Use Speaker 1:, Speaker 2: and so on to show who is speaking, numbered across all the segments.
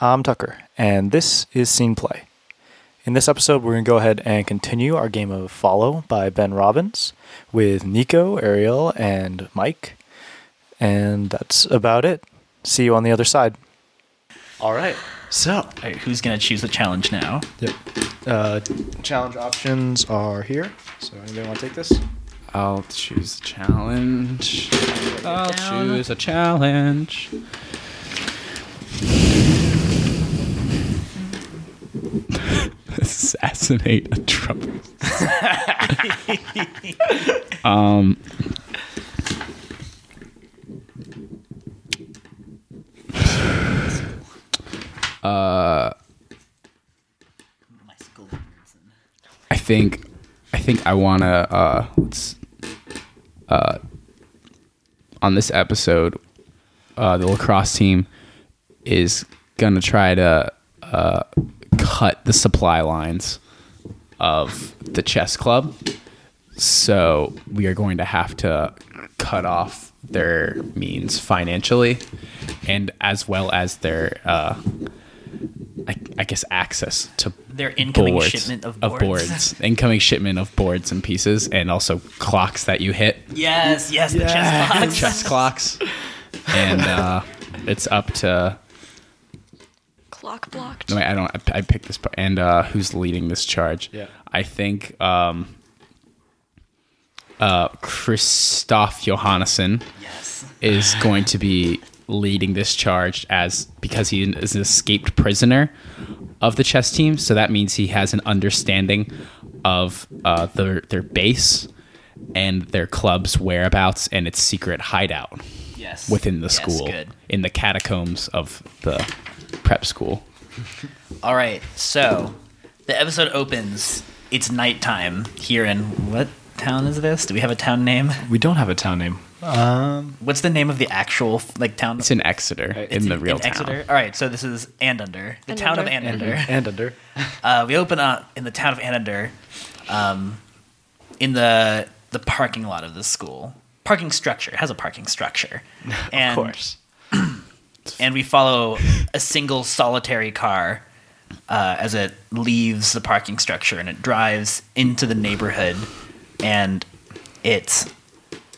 Speaker 1: I'm Tucker, and this is Scene Play. In this episode, we're going to go ahead and continue our game of Follow by Ben Robbins with Nico, Ariel, and Mike. And that's about it. See you on the other side.
Speaker 2: All right. So, all right, who's gonna choose the challenge now?
Speaker 1: Yep. Uh, challenge options are here. So, anybody want to take this?
Speaker 3: I'll choose a challenge. I'll
Speaker 2: down.
Speaker 3: choose a challenge. Assassinate a Trump. um. Uh,
Speaker 2: My school.
Speaker 3: I think, I think I want to. Uh, let's. Uh, on this episode, uh, the lacrosse team is gonna try to uh, cut the supply lines of the chess club. So we are going to have to cut off their means financially, and as well as their, uh, I, I guess, access to
Speaker 2: Their incoming shipment of boards.
Speaker 3: incoming shipment of boards and pieces, and also clocks that you hit,
Speaker 2: Yes, yes, the chess box.
Speaker 3: chess clocks, and uh, it's up to.
Speaker 4: Clock blocked.
Speaker 3: No, wait, I don't. I, I picked this part. And uh, who's leading this charge?
Speaker 1: Yeah.
Speaker 3: I think um, uh, Christoph Johannesson
Speaker 2: Yes.
Speaker 3: is going to be leading this charge as because he is an escaped prisoner of the chess team. So that means he has an understanding of uh, their their base and their club's whereabouts and its secret hideout
Speaker 2: Yes.
Speaker 3: within the
Speaker 2: Yes,
Speaker 3: school
Speaker 2: good.
Speaker 3: in the catacombs of the prep school.
Speaker 2: All right. So, the episode opens. It's nighttime here in what town is this? Do we have a town name?
Speaker 1: We don't have a town name. Um,
Speaker 2: What's the name of the actual like town?
Speaker 3: It's in Exeter, in the real town. Mm-hmm.
Speaker 2: Exeter. All right. So this is Andunder, the
Speaker 4: And
Speaker 2: town of
Speaker 4: under.
Speaker 2: Andunder.
Speaker 1: and under.
Speaker 2: Uh, we open up in the town of Anandar, um, in the the parking lot of this school. Parking structure it has a parking structure, and,
Speaker 1: of course.
Speaker 2: And we follow a single solitary car uh, as it leaves the parking structure and it drives into the neighborhood, and it's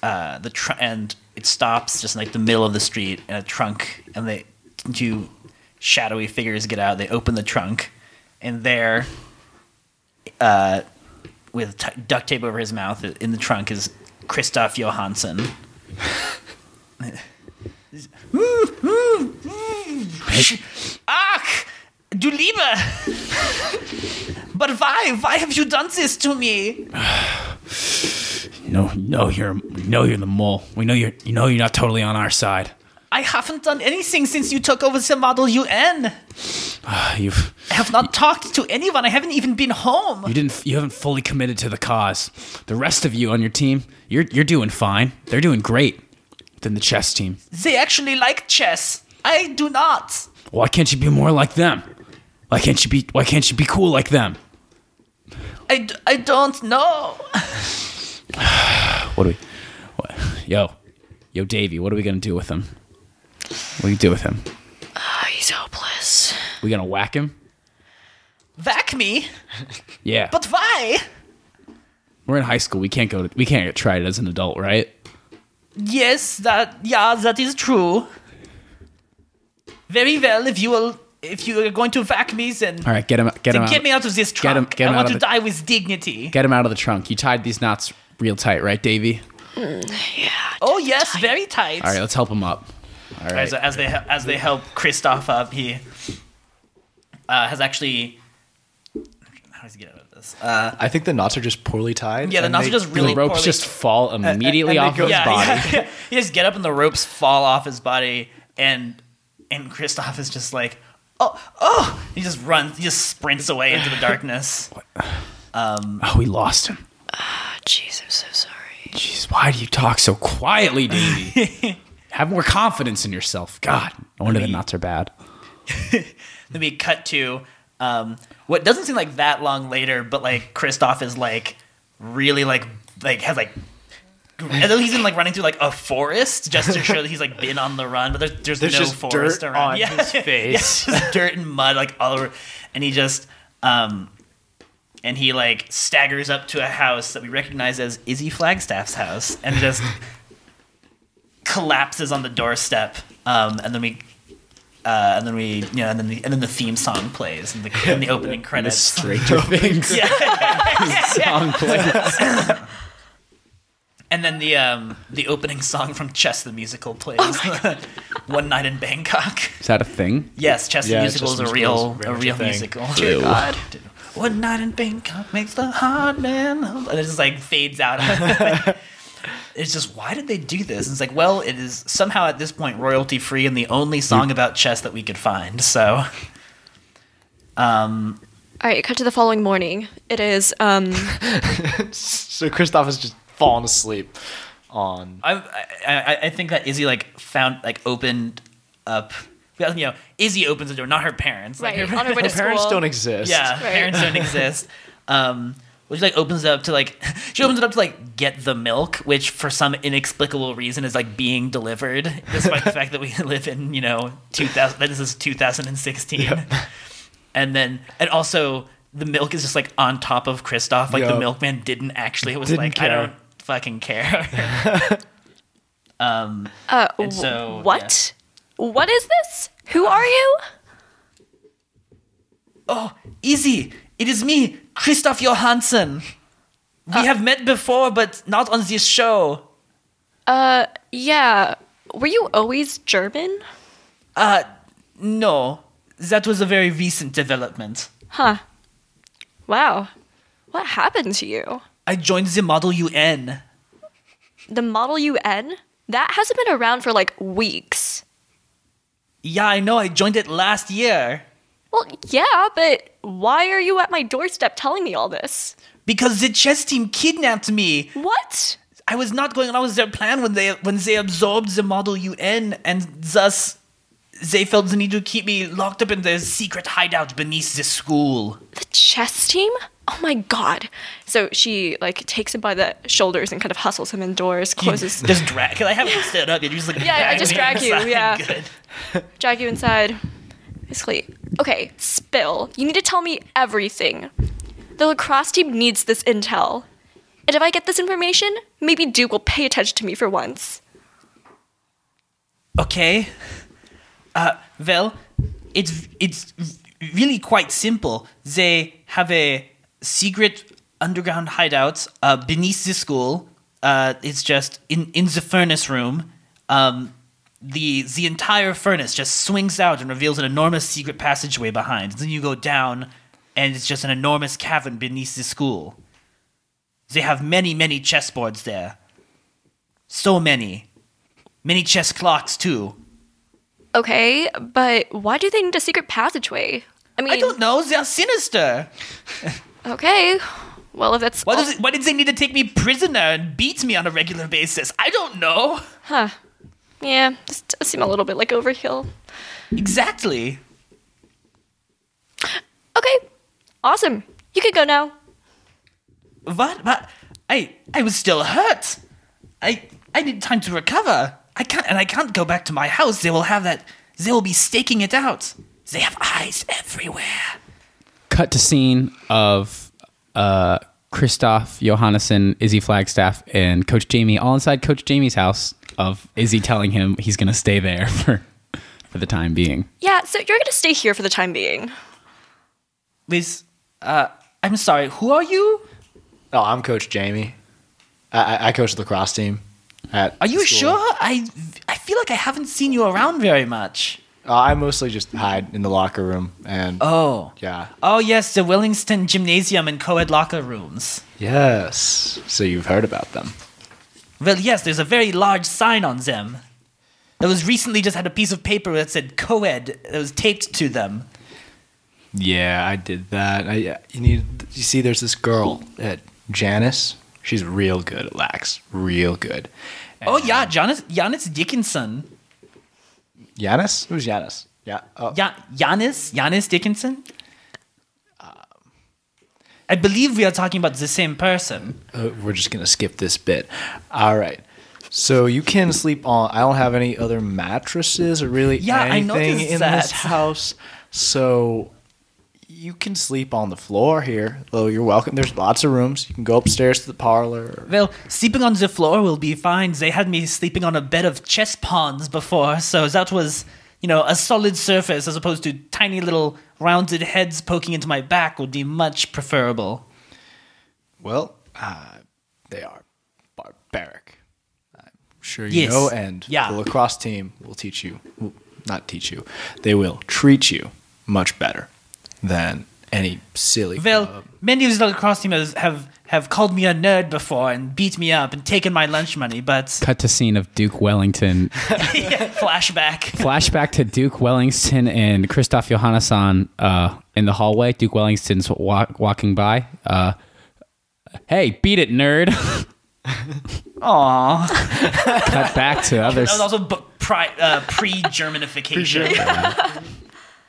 Speaker 2: uh, the tr- and it stops just in, like the middle of the street in a trunk, and they two shadowy figures get out. They open the trunk, and there, uh, with t- duct tape over his mouth, in the trunk is Christoph Johansson. Ach, du Liebe! But why? Why have you done this to me?
Speaker 3: No, no, you're no, you're the mole. We know you're, you know, you're not totally on our side.
Speaker 2: I haven't done anything since you took over the Model UN.
Speaker 3: You've,
Speaker 2: I have not talked to anyone. I haven't even been home.
Speaker 3: you didn't, you haven't fully committed to the cause. The rest of you on your team, you're, you're doing fine. They're doing great. Than the chess team.
Speaker 2: They actually like chess. I do not.
Speaker 3: Why can't you be more like them? Why can't you be, why can't you be cool like them?
Speaker 2: I, d- I don't know.
Speaker 3: What do we, what, yo, yo, Davey, what are we gonna do with him? What do you do with him?
Speaker 4: Ah, he's hopeless.
Speaker 3: We gonna whack him?
Speaker 2: Vac me?
Speaker 3: Yeah.
Speaker 2: But why?
Speaker 3: We're in high school. We can't go. To, we can't get tried as an adult, right?
Speaker 2: Yes, that yeah, that is true. Very well. If you will, if you are going to vac me, then,
Speaker 3: All right, get him. Get him.
Speaker 2: then
Speaker 3: out.
Speaker 2: get me out of this trunk.
Speaker 3: him- get him
Speaker 2: I
Speaker 3: out
Speaker 2: want
Speaker 3: of
Speaker 2: to
Speaker 3: the-
Speaker 2: die with dignity.
Speaker 3: Get him out of the trunk. You tied these knots real tight, right, Davey?
Speaker 2: oh yes, very tight.
Speaker 3: All right, let's help him up. All right.
Speaker 2: as, as they as they help Kristoff up, he uh, has actually. How does he get out of this? Uh,
Speaker 1: I think the knots are just poorly tied.
Speaker 2: yeah, the
Speaker 1: and
Speaker 2: knots
Speaker 1: they-
Speaker 2: are just
Speaker 3: the
Speaker 2: really
Speaker 3: ropes
Speaker 2: poorly-
Speaker 3: just fall immediately
Speaker 1: and they
Speaker 3: off
Speaker 1: go-
Speaker 3: his
Speaker 2: yeah,
Speaker 3: body.
Speaker 2: yeah. he just get up and the ropes fall off his body, and and Kristoff is just like, oh, oh! He just runs, he just sprints away into the darkness.
Speaker 3: Oh, we lost him.
Speaker 4: Ah, jeez, I'm so sorry.
Speaker 3: Jeez, why do you talk so quietly, Davey? Have more confidence in yourself. God, no wonder the knots are bad.
Speaker 2: then we cut to um, what doesn't seem like that long later, but like Kristoff is like really like like has like
Speaker 5: As though he's been like running through like a forest just to show that he's like been on the run, but there's there's,
Speaker 6: There's
Speaker 5: no
Speaker 6: just
Speaker 5: forest
Speaker 6: dirt
Speaker 5: around.
Speaker 6: on
Speaker 5: yeah.
Speaker 6: his face.
Speaker 5: yeah, just dirt and mud like all over, and he just um, and he like staggers up to a house that we recognize as Izzy Flagstaff's house, and just collapses on the doorstep, um, and then we. Uh, and then we, you know, and then the, and then the theme song plays and the, and the opening credits.
Speaker 3: Stranger Things song plays.
Speaker 5: And then the um, the opening song from Chess the Musical plays. One night in Bangkok.
Speaker 3: Is that a thing?
Speaker 5: Yes, Chess
Speaker 1: Yeah,
Speaker 5: the Musical
Speaker 1: Chess
Speaker 5: is a
Speaker 1: Musical is
Speaker 5: real a
Speaker 1: very much a
Speaker 5: real
Speaker 1: thing.
Speaker 5: musical.
Speaker 3: Ew. God.
Speaker 5: One night in Bangkok makes the heart man. And it just like fades out. it's just why did they do this? And it's like, well, it is somehow at this point royalty free and the only song about chess that we could find. So
Speaker 4: All right, cut to the following morning. It is um
Speaker 1: So Kristoff has just fallen asleep on.
Speaker 5: I, I I- I think that Izzy like found like opened up. You know, Izzy opens the door, not her parents. Like,
Speaker 4: right on our way to
Speaker 1: Her parents
Speaker 4: school.
Speaker 1: don't exist.
Speaker 5: Yeah,
Speaker 4: Right.
Speaker 5: parents don't exist. Um, which like opens it up to like she opens it up to like get the milk, which for some inexplicable reason is like being delivered, despite the fact that we live in you know 2000. That this is 2016, and then and also the milk is just like on top of Kristoff. Like
Speaker 1: Yeah.
Speaker 5: the milkman didn't actually it was
Speaker 1: Didn't
Speaker 5: like I
Speaker 1: care.
Speaker 5: don't fucking care.
Speaker 4: Uh,
Speaker 5: And
Speaker 4: w-
Speaker 5: so,
Speaker 4: what? What is this? Who are you?
Speaker 5: Izzy, it is me, Kristoff Johansen. We have met before, but not on this show.
Speaker 4: Yeah. Were you always German?
Speaker 5: No, that was a very recent development.
Speaker 4: Huh. Wow. What happened to you?
Speaker 5: I joined the Model UN.
Speaker 4: The Model UN? That hasn't been around for like weeks.
Speaker 5: Yeah, I know, I joined it last year.
Speaker 4: Well, yeah, but why are you at my doorstep telling me all this?
Speaker 5: Because the chess team kidnapped me.
Speaker 4: What?
Speaker 5: I was not going along with their plan when they when they absorbed the Model UN and thus they felt the need to keep me locked up in their secret hideout beneath the school.
Speaker 4: The chess team? Oh my god. So she like takes him by the shoulders and kind of hustles him indoors, closes
Speaker 5: just drag. Cause I haven't stood up yet. You just like
Speaker 4: Yeah, I
Speaker 5: drag
Speaker 4: just
Speaker 5: me
Speaker 4: drag you,
Speaker 5: inside.
Speaker 4: yeah.
Speaker 5: Good.
Speaker 4: drag you inside. Basically, okay, spill. You need to tell me everything. The lacrosse team needs this intel. And if I get this information, maybe Duke will pay attention to me for once.
Speaker 5: Okay. Uh, well, it's it's really quite simple. They have a secret underground hideout uh, beneath the school. Uh, it's just in in the furnace room. Um, the the entire furnace just swings out and reveals an enormous secret passageway behind. Then you go down, and it's just an enormous cavern beneath the school. They have many many chessboards there. So many, many chess clocks too.
Speaker 4: Okay, but why do they need a secret passageway? I mean,
Speaker 5: I don't know. They are sinister.
Speaker 4: okay. Well, if that's
Speaker 5: Why,
Speaker 4: all-
Speaker 5: does it, why did they need to take me prisoner and beat me on a regular basis? I don't know.
Speaker 4: yeah, this does seem a little bit like overkill.
Speaker 5: Exactly.
Speaker 4: Okay, awesome. You can go now.
Speaker 5: What? But I I was still hurt. I I need time to recover. I can't and I can't go back to my house. They will have that. They will be staking it out. They have eyes everywhere.
Speaker 3: Cut to scene of uh, Christoph Johannesson, Izzy Flagstaff, and Coach Jamie all inside Coach Jamie's house. Of Izzy telling him he's gonna stay there for for the time being.
Speaker 4: Yeah, so you're gonna stay here for the time being.
Speaker 5: With uh, I'm sorry. Who are you?
Speaker 1: Oh, I'm Coach Jamie. I, I, I coach the lacrosse team. At
Speaker 5: Are you
Speaker 1: school.
Speaker 5: sure? I I feel like I haven't seen you around very much.
Speaker 1: Uh, I mostly just hide in the locker room and
Speaker 5: Oh.
Speaker 1: yeah.
Speaker 5: Oh yes, the Willingston Gymnasium and co-ed locker rooms.
Speaker 1: Yes. So you've heard about them.
Speaker 5: Well, yes, there's a very large sign on them. That was recently just had a piece of paper that said co-ed that was taped to them.
Speaker 1: Yeah, I did that. I, yeah, you need. You see, there's this girl at Janice. She's real good at lax. Real good.
Speaker 5: Oh yeah, Janis Janis Dickinson.
Speaker 1: Janice? Who's Janice? Yeah. Oh,
Speaker 5: Ja, Janis Janis Dickinson. Uh, I believe we are talking about the same person.
Speaker 1: Uh, we're just gonna skip this bit. All right. So you can sleep on. I don't have any other mattresses or really
Speaker 5: Yeah, I
Speaker 1: anything
Speaker 5: noticed
Speaker 1: in
Speaker 5: that.
Speaker 1: this house. So you can sleep on the floor here, though you're welcome. There's lots of rooms. You can go upstairs to the parlor.
Speaker 5: Well, sleeping on the floor will be fine. They had me sleeping on a bed of chess pawns before, so that was, you know, a solid surface as opposed to tiny little rounded heads poking into my back would be much preferable.
Speaker 1: Well, uh, they are barbaric. I'm sure you
Speaker 5: Yes.
Speaker 1: know, and
Speaker 5: Yeah.
Speaker 1: the lacrosse team will teach you, will not teach you, they will treat you much better than any silly.
Speaker 5: Well, many of these lacrosse teamers have, have called me a nerd before and beat me up and taken my lunch money, but
Speaker 3: Cut to scene of Duke Wellington.
Speaker 5: flashback.
Speaker 3: Flashback to Duke Wellington and Christoph Johannesson uh, in the hallway. Duke Wellington's wa- walking by. Uh, hey, beat it, nerd.
Speaker 5: Aww.
Speaker 3: Cut back to
Speaker 5: That was
Speaker 3: others.
Speaker 5: also bu- pri- uh, pre-Germanification.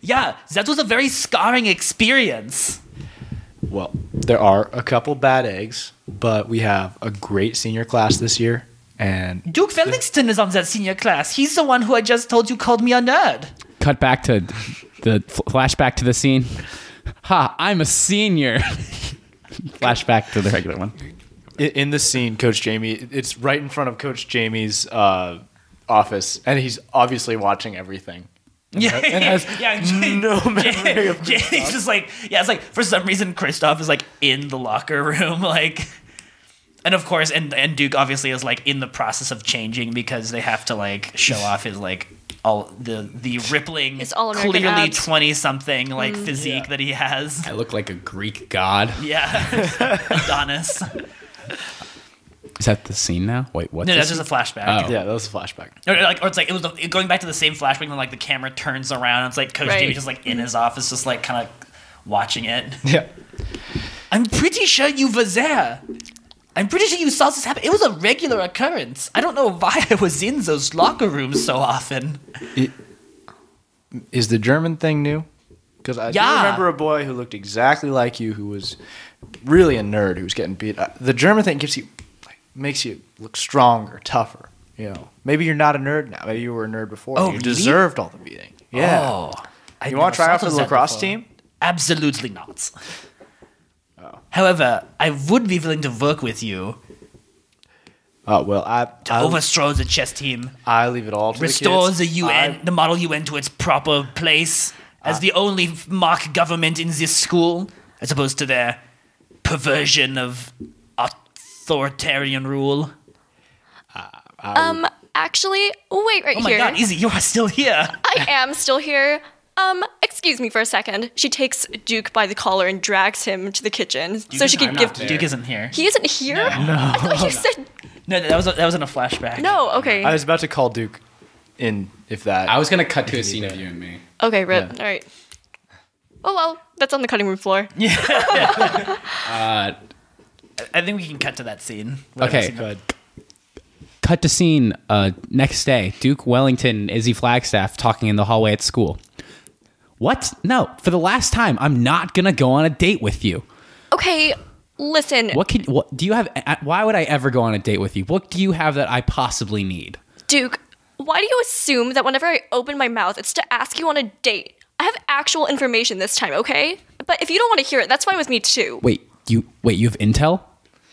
Speaker 5: yeah, that was a very scarring experience.
Speaker 1: Well, there are a couple bad eggs, but we have a great senior class this year, and
Speaker 5: Duke Felixton is on that senior class. He's the one who I just told you called me a nerd.
Speaker 3: Cut back to the flashback to the scene. Ha, I'm a senior. flashback to the regular one.
Speaker 1: i- in this scene, Coach Jamie, it's right in front of Coach Jamie's uh, office, and he's obviously watching everything.
Speaker 5: Yeah,
Speaker 1: and has
Speaker 5: yeah, Jay-
Speaker 1: no memory of
Speaker 5: Jay- Jay's just like yeah, it's like for some reason Kristoff is like in the locker room, like, and of course, and and Duke obviously is like in the process of changing because they have to like show off his like all the the rippling,
Speaker 4: His all-American
Speaker 5: clearly
Speaker 4: abs. Mm.
Speaker 5: twenty something like physique that he has.
Speaker 3: I look like a Greek god.
Speaker 5: Yeah, Adonis.
Speaker 3: Is that the scene now? Wait, what?
Speaker 5: No,
Speaker 3: the
Speaker 5: that's
Speaker 3: scene?
Speaker 5: just a flashback.
Speaker 3: Oh.
Speaker 1: Yeah, that was a flashback.
Speaker 5: Or like, or it's like it was the, going back to the same flashback when like the camera turns around. And it's like Coach
Speaker 4: Right.
Speaker 5: Jamie just like in his office, just like kind of watching it.
Speaker 1: Yeah.
Speaker 5: I'm pretty sure you were there. I'm pretty sure you saw this happen. It was a regular occurrence. I don't know why I was in those locker rooms so often.
Speaker 1: Is the German thing new? Because I do
Speaker 5: Yeah.
Speaker 1: remember a boy who looked exactly like you, who was really a nerd, who was getting beat. Uh, the German thing gives you, like, makes you look stronger, tougher. You know, maybe you're not a nerd now. Maybe you were a nerd before.
Speaker 5: Oh,
Speaker 1: and you
Speaker 5: really?
Speaker 1: deserved all the beating. Yeah.
Speaker 5: Oh, I
Speaker 1: you want
Speaker 5: never
Speaker 1: to try out
Speaker 5: thought
Speaker 1: for
Speaker 5: of
Speaker 1: the
Speaker 5: that
Speaker 1: lacrosse
Speaker 5: before.
Speaker 1: team?
Speaker 5: Absolutely not. However, I would be willing to work with you
Speaker 1: Oh well, I
Speaker 5: to
Speaker 1: I,
Speaker 5: overthrow the chess team.
Speaker 1: I leave it all to
Speaker 5: restore
Speaker 1: the,
Speaker 5: the
Speaker 1: kids.
Speaker 5: UN,
Speaker 1: I-
Speaker 5: the model UN, to its proper place
Speaker 1: Uh.
Speaker 5: as the only mock government in this school, as opposed to their perversion of authoritarian rule.
Speaker 4: Um, actually, wait right
Speaker 5: Oh my
Speaker 4: here.
Speaker 5: God, Izzy, you are still here.
Speaker 4: I am still here. Um, excuse me for a second. She takes Duke by the collar and drags him to the kitchen so she could give.
Speaker 5: Duke isn't here.
Speaker 4: He isn't here. I thought you said
Speaker 5: No, that was that was in a flashback.
Speaker 4: no. Okay.
Speaker 1: I was about to call Duke, in if that.
Speaker 3: I was gonna cut to a scene of you and me.
Speaker 4: okay. Rip.
Speaker 1: Yeah.
Speaker 4: All right. Oh well, that's on the cutting room floor.
Speaker 3: Uh,
Speaker 5: I think we can cut to that scene.
Speaker 3: Okay.
Speaker 5: scene that-
Speaker 1: But
Speaker 3: cut to scene uh, next day duke wellington and izzy flagstaff talking in the hallway at school what no for the last time i'm not gonna go on a date with you
Speaker 4: Okay. Listen,
Speaker 3: what could what do you have uh, why would i ever go on a date with you what do you have that i possibly need
Speaker 4: Duke. Why do you assume that whenever I open my mouth, it's to ask you on a date? I have actual information this time, okay? But if you don't want to hear it, that's fine with me too.
Speaker 3: wait you wait you have intel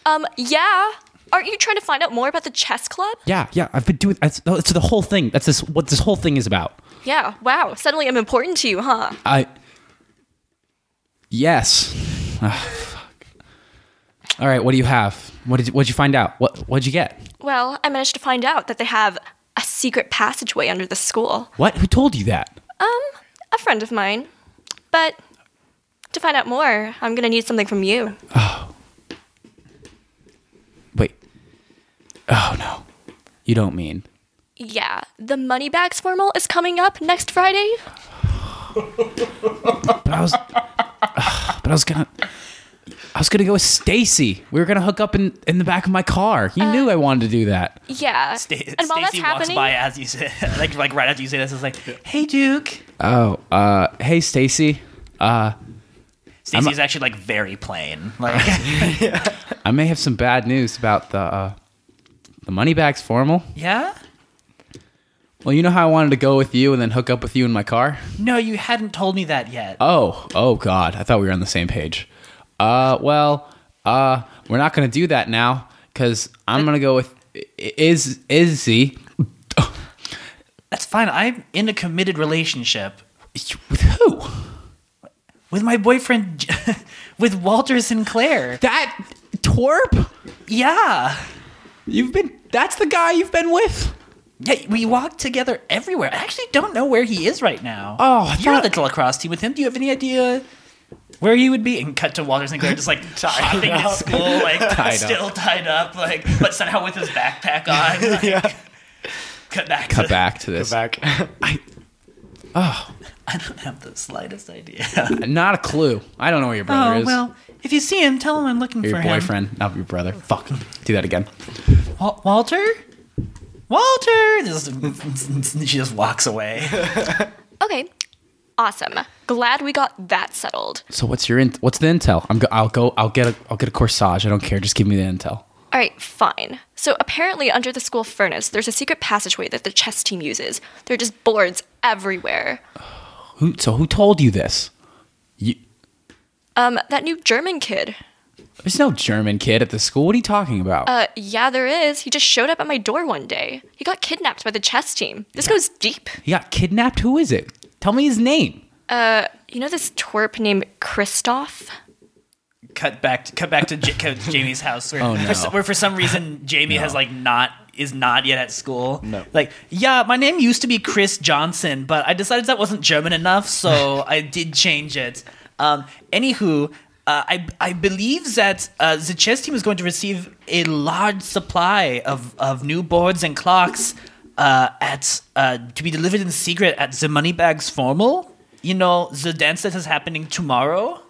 Speaker 4: Um, yeah. Aren't you trying to find out more about the chess club?
Speaker 3: yeah yeah i've been doing that's, that's the whole thing that's this what this whole thing is about
Speaker 4: Yeah, wow. Suddenly I'm important to you, huh?
Speaker 3: I. Yes. Ah, fuck. All right. What do you have? What did you, what'd you find out? What what'd you get?
Speaker 4: Well, I managed to find out that they have a secret passageway under the school.
Speaker 3: What? Who told you that?
Speaker 4: A friend of mine. But to find out more, I'm gonna need something from you.
Speaker 3: Wait. Oh no. You don't mean.
Speaker 4: Yeah, the money bags formal is coming up next Friday.
Speaker 3: But I was. Ah, but I was gonna. I was gonna go with Stacy. We were gonna hook up in in the back of my car. You knew I wanted to do that.
Speaker 4: Yeah.
Speaker 5: Sta-
Speaker 4: and while that's
Speaker 5: Stacy walks
Speaker 4: happening,
Speaker 5: by as you say, like like right after you say this, it's like, "Hey, Duke,
Speaker 3: Oh. Uh. Hey, Stacy. Uh.
Speaker 5: Stacy's actually like very plain. Like
Speaker 3: I may have some bad news about the uh, the money bags formal.
Speaker 5: yeah.
Speaker 3: Well, you know how I wanted to go with you and then hook up with you in my car?
Speaker 5: No, you hadn't told me that yet.
Speaker 3: Oh, oh God! I thought we were on the same page. Uh, well, uh, we're not gonna do that now because I'm gonna go with I- is Izzy.
Speaker 5: That's fine. I'm in a committed relationship
Speaker 3: With who?
Speaker 5: with my boyfriend, J- with Walter Sinclair.
Speaker 3: That twerp?
Speaker 5: Yeah.
Speaker 3: You've been? That's the guy you've been with?
Speaker 5: Yeah, we walk together everywhere. I actually don't know where he is right now.
Speaker 3: Oh, I
Speaker 5: you're on
Speaker 3: thought-
Speaker 5: the lacrosse team with him. Do you have any idea where he would be? And cut to Walter Sinclair just like hopping into school, like
Speaker 3: up.
Speaker 5: still tied up, like but somehow with his backpack on. like,
Speaker 1: Yeah.
Speaker 5: Cut back.
Speaker 3: Cut
Speaker 5: to-
Speaker 3: back to this.
Speaker 1: back.
Speaker 5: I don't have the slightest idea.
Speaker 3: Not a clue. I don't know where your brother
Speaker 5: oh
Speaker 3: is.
Speaker 5: well, if you see him, tell him I'm looking
Speaker 3: Or your
Speaker 5: for him.
Speaker 3: boyfriend, not your brother. Fuck. Do that again.
Speaker 5: Wa- Walter? Walter! This- she just walks away.
Speaker 4: Okay, awesome. Glad we got that settled.
Speaker 3: So what's your in- what's the intel? I'm go- I'll go. I'll get a. I'll get a corsage. I don't care. Just give me the intel.
Speaker 4: All right, fine. So apparently, under the school furnace, there's a secret passageway that the chess team uses. There are just boards everywhere.
Speaker 3: Who? So who told you this? You,
Speaker 4: Um, that new German kid.
Speaker 3: there's no German kid at the school. What are you talking about?
Speaker 4: Uh, yeah, there is. He just showed up at my door one day. He got kidnapped by the chess team. This goes deep.
Speaker 3: he got kidnapped. Who is it? Tell me his name.
Speaker 4: You know this twerp named Kristoff?
Speaker 5: cut back to, cut back to, J- cut to Jamie's house where,
Speaker 3: Oh, no.
Speaker 5: for, some- where for some reason Jamie has like not is not yet at school.
Speaker 1: No.
Speaker 5: Like, yeah, my name used to be Chris Johnson, but I decided that wasn't German enough, so I did change it. Um anywho, uh, I, I believe that uh, the chess team is going to receive a large supply of, of new boards and clocks uh, at uh, to be delivered in secret at the Moneybags formal. You know, the dance that is happening tomorrow.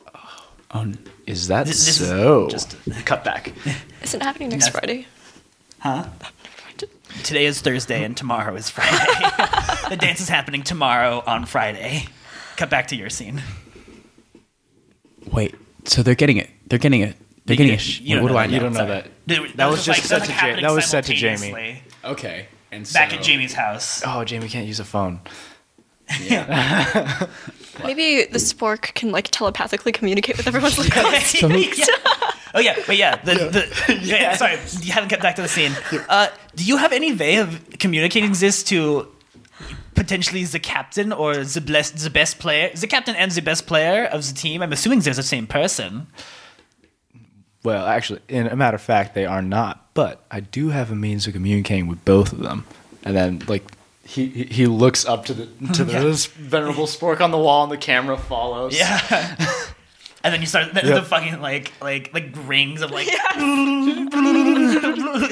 Speaker 3: Oh, n- is that
Speaker 5: This- this is
Speaker 1: So
Speaker 5: Just cut back.
Speaker 4: Isn't happening next
Speaker 5: Yes.
Speaker 4: Friday.
Speaker 5: Today is Thursday and tomorrow is Friday. the dance is happening tomorrow on Friday. Cut back to your scene.
Speaker 3: wait? So they're getting it. They're getting it. They're getting a. Sh-
Speaker 5: You don't
Speaker 3: what
Speaker 5: know
Speaker 3: do I
Speaker 5: that.
Speaker 3: know?
Speaker 1: you don't know
Speaker 5: Sorry.
Speaker 1: that.
Speaker 5: That,
Speaker 1: was just said to Ja-
Speaker 5: happening
Speaker 1: that was said to Jamie.
Speaker 5: simultaneously
Speaker 3: Okay. And
Speaker 5: Back at Jamie's house.
Speaker 1: Oh, Jamie can't use a phone.
Speaker 4: Maybe the spork can like telepathically communicate with everyone's lacrosse.
Speaker 5: Yeah. Oh yeah, but yeah, the, the yeah, yeah, sorry, you haven't got back to the scene. Uh, do you have any way of communicating this to potentially the captain or the blessed, the best player, the captain and the best player of the team? I'm assuming they're the same person.
Speaker 1: Well, actually, in a matter of fact, they are not. But I do have a means of communicating with both of them. And then, like, he he- he looks up to the to the this venerable spork on the wall, and the camera follows.
Speaker 5: Yeah. and then you start the,
Speaker 1: Yeah.
Speaker 5: the fucking like like like rings of like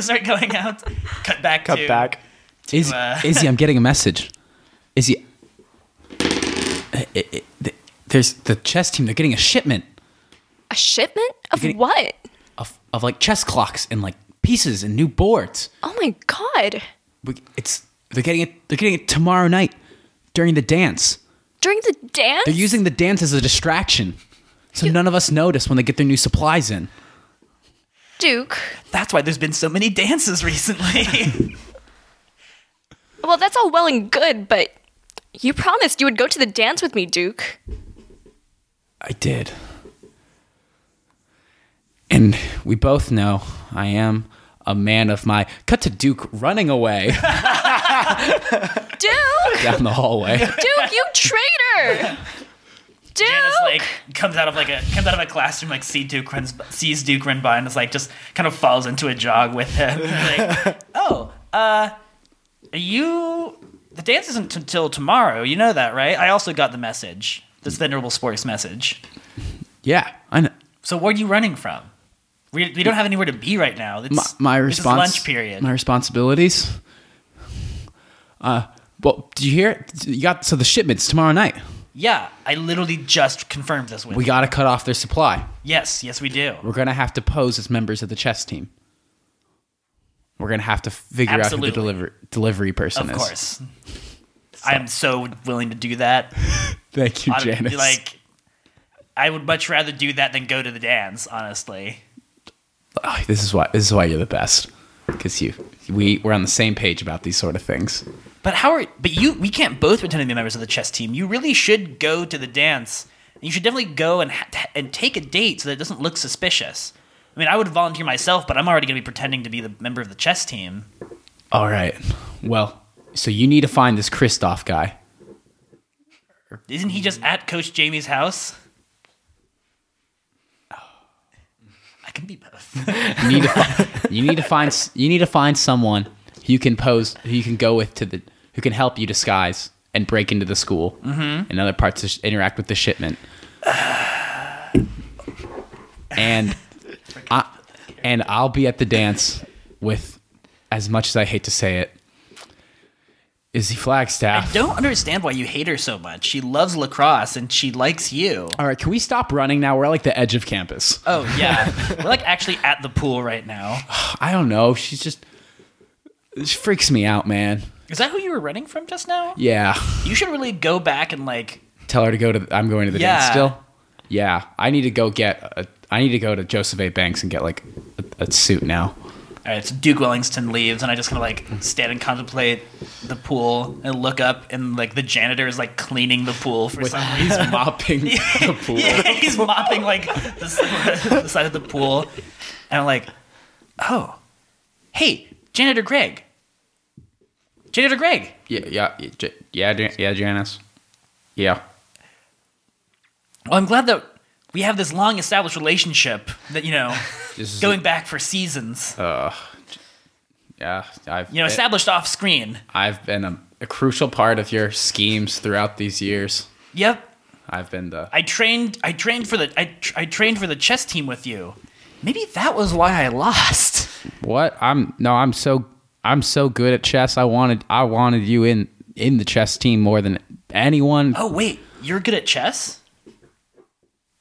Speaker 5: start going out. Cut back.
Speaker 1: Cut
Speaker 5: to,
Speaker 1: back.
Speaker 3: Izzy,
Speaker 5: uh,
Speaker 3: Izzy, I'm getting a message. Izzy, I- I- I- th- there's the chess team. They're getting a shipment
Speaker 4: A shipment of
Speaker 3: You're getting-
Speaker 4: what?
Speaker 3: of of like chess clocks and like pieces and new boards.
Speaker 4: Oh my god.
Speaker 3: We, it's they're getting it. They're getting it tomorrow night during the dance.
Speaker 4: During the dance?
Speaker 3: They're using the dance as a distraction, so none of us notice when they get their new supplies in.
Speaker 4: Duke.
Speaker 5: That's why there's been so many dances recently.
Speaker 4: Well, that's all well and good, but you promised you would go to the dance with me, Duke.
Speaker 3: I did. And we both know I am a man of my. Cut to Duke running away
Speaker 4: Duke!
Speaker 3: down the hallway.
Speaker 4: Duke, you traitor! Duke!
Speaker 5: Janice like comes out of like a comes out of a classroom like see Duke runs sees Duke run by and is like just kind of falls into a jog with him. like, oh, uh, you. The dance isn't until tomorrow. You know that, right? I also got the message. This venerable sports message.
Speaker 3: Yeah, I know.
Speaker 5: So where are you running from? We, we don't have anywhere to be right now. It's,
Speaker 3: My, my
Speaker 5: this is
Speaker 3: response.
Speaker 5: lunch period.
Speaker 3: My responsibilities. Uh, well, do you hear? it? You got so the shipments tomorrow night.
Speaker 5: yeah, I literally just confirmed this with.
Speaker 3: We
Speaker 5: you.
Speaker 3: got to cut off their supply.
Speaker 5: yes, yes, we do.
Speaker 3: We're gonna have to pose as members of the chess team. We're gonna have to figure out who the
Speaker 5: Absolutely.
Speaker 3: deliver, delivery person
Speaker 5: Of
Speaker 3: is.
Speaker 5: course, I am so willing to do that.
Speaker 3: Thank you,
Speaker 5: I'd be
Speaker 3: Janice.
Speaker 5: Like, I would much rather do that than go to the dance, honestly.
Speaker 3: Oh, this is why this is why you're the best because you we we're on the same page about these sort of things.
Speaker 5: But how are but you we can't both pretend to be members of the chess team. You really should go to the dance. You should definitely go and ha- and take a date so that it doesn't look suspicious. I mean, I would volunteer myself, but I'm already going to be pretending to be the member of the chess team.
Speaker 3: All right. Well, so you need to find this Kristoff guy.
Speaker 5: Isn't he just at Coach Jamie's house? Oh. I can be both.
Speaker 3: You need to fi- you need to find s- you need to find someone who you can pose who you can go with to the who can help you disguise and break into the school and other parts to sh- interact with the shipment. and I and I'll be at the dance with as much as I hate to say it. Izzy Flagstaff.
Speaker 5: Don't understand why you hate her so much. She loves lacrosse and she likes you.
Speaker 3: All right, can we stop running now? We're at, like the edge of campus.
Speaker 5: Oh yeah, we're like actually at the pool right now.
Speaker 3: I don't know. She's just she freaks me out, man.
Speaker 5: Is that who you were running from just now?
Speaker 3: Yeah.
Speaker 5: You should really go back and like
Speaker 3: tell her to go to the, I'm going to the dance
Speaker 5: Yeah.
Speaker 3: still. Yeah, I need to go get a, I need to go to Joseph A Banks and get like a, a suit now.
Speaker 5: All right, so Duke Wellington leaves, and I just kind of like stand and contemplate the pool and look up, and like the janitor is like cleaning the pool for some reason.
Speaker 3: He's mopping the pool.
Speaker 5: Yeah, he's mopping like the, s- the side of the pool, and I'm like, oh, hey, janitor Greg, janitor Greg,
Speaker 3: Yeah, yeah, yeah, J- yeah, Jan- yeah, Janice. Yeah.
Speaker 5: well, I'm glad that we have this long established relationship that you know
Speaker 3: This is
Speaker 5: going back for seasons,
Speaker 3: yeah, I've
Speaker 5: you know, established off screen.
Speaker 3: I've been a, a crucial part of your schemes throughout these years.
Speaker 5: Yep,
Speaker 3: I've been the
Speaker 5: I trained. I trained for the. I, tr- I trained for the chess team with you. Maybe that was why I lost.
Speaker 3: What? I'm no, I'm so I'm so good at chess. I wanted I wanted you in in the chess team more than anyone.
Speaker 5: Oh wait, you're good at chess.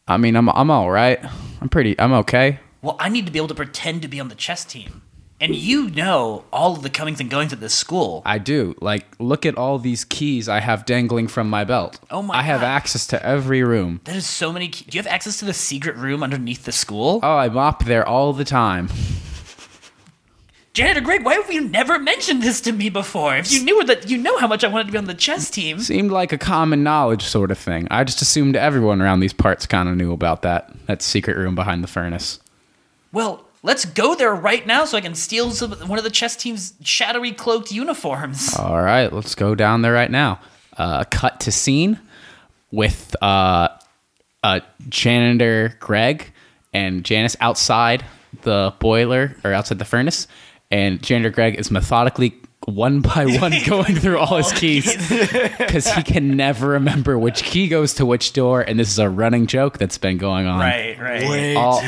Speaker 3: I mean, I'm I'm all right. I'm pretty I'm okay.
Speaker 5: Well, I need to be able to pretend to be on the chess team. And you know all of the comings and goings at this school.
Speaker 3: I do. Like, look at all these keys I have dangling from my belt.
Speaker 5: Oh my
Speaker 3: I have
Speaker 5: God.
Speaker 3: access to every room.
Speaker 5: There's so many. Key- Do you have access to the secret room underneath the school?
Speaker 3: Oh, I mop there all the time.
Speaker 5: Janitor Greg, why have you never mentioned this to me before? If you knew that, you know how much I wanted to be on the chess team.
Speaker 3: Seemed like a common knowledge sort of thing. I just assumed everyone around these parts kind of knew about that. That secret room behind the furnace.
Speaker 5: Well, let's go there right now so I can steal some, one of the chess team's shadowy cloaked uniforms.
Speaker 3: All right, let's go down there right now. Uh, cut to scene with uh, uh, janitor Greg and Janice outside the boiler or outside the furnace, and janitor Greg is methodically one by one going through all
Speaker 5: Oh,
Speaker 3: his keys because he can never remember which key goes to which door, and this is a running joke that's been going on
Speaker 5: Right, right.
Speaker 3: all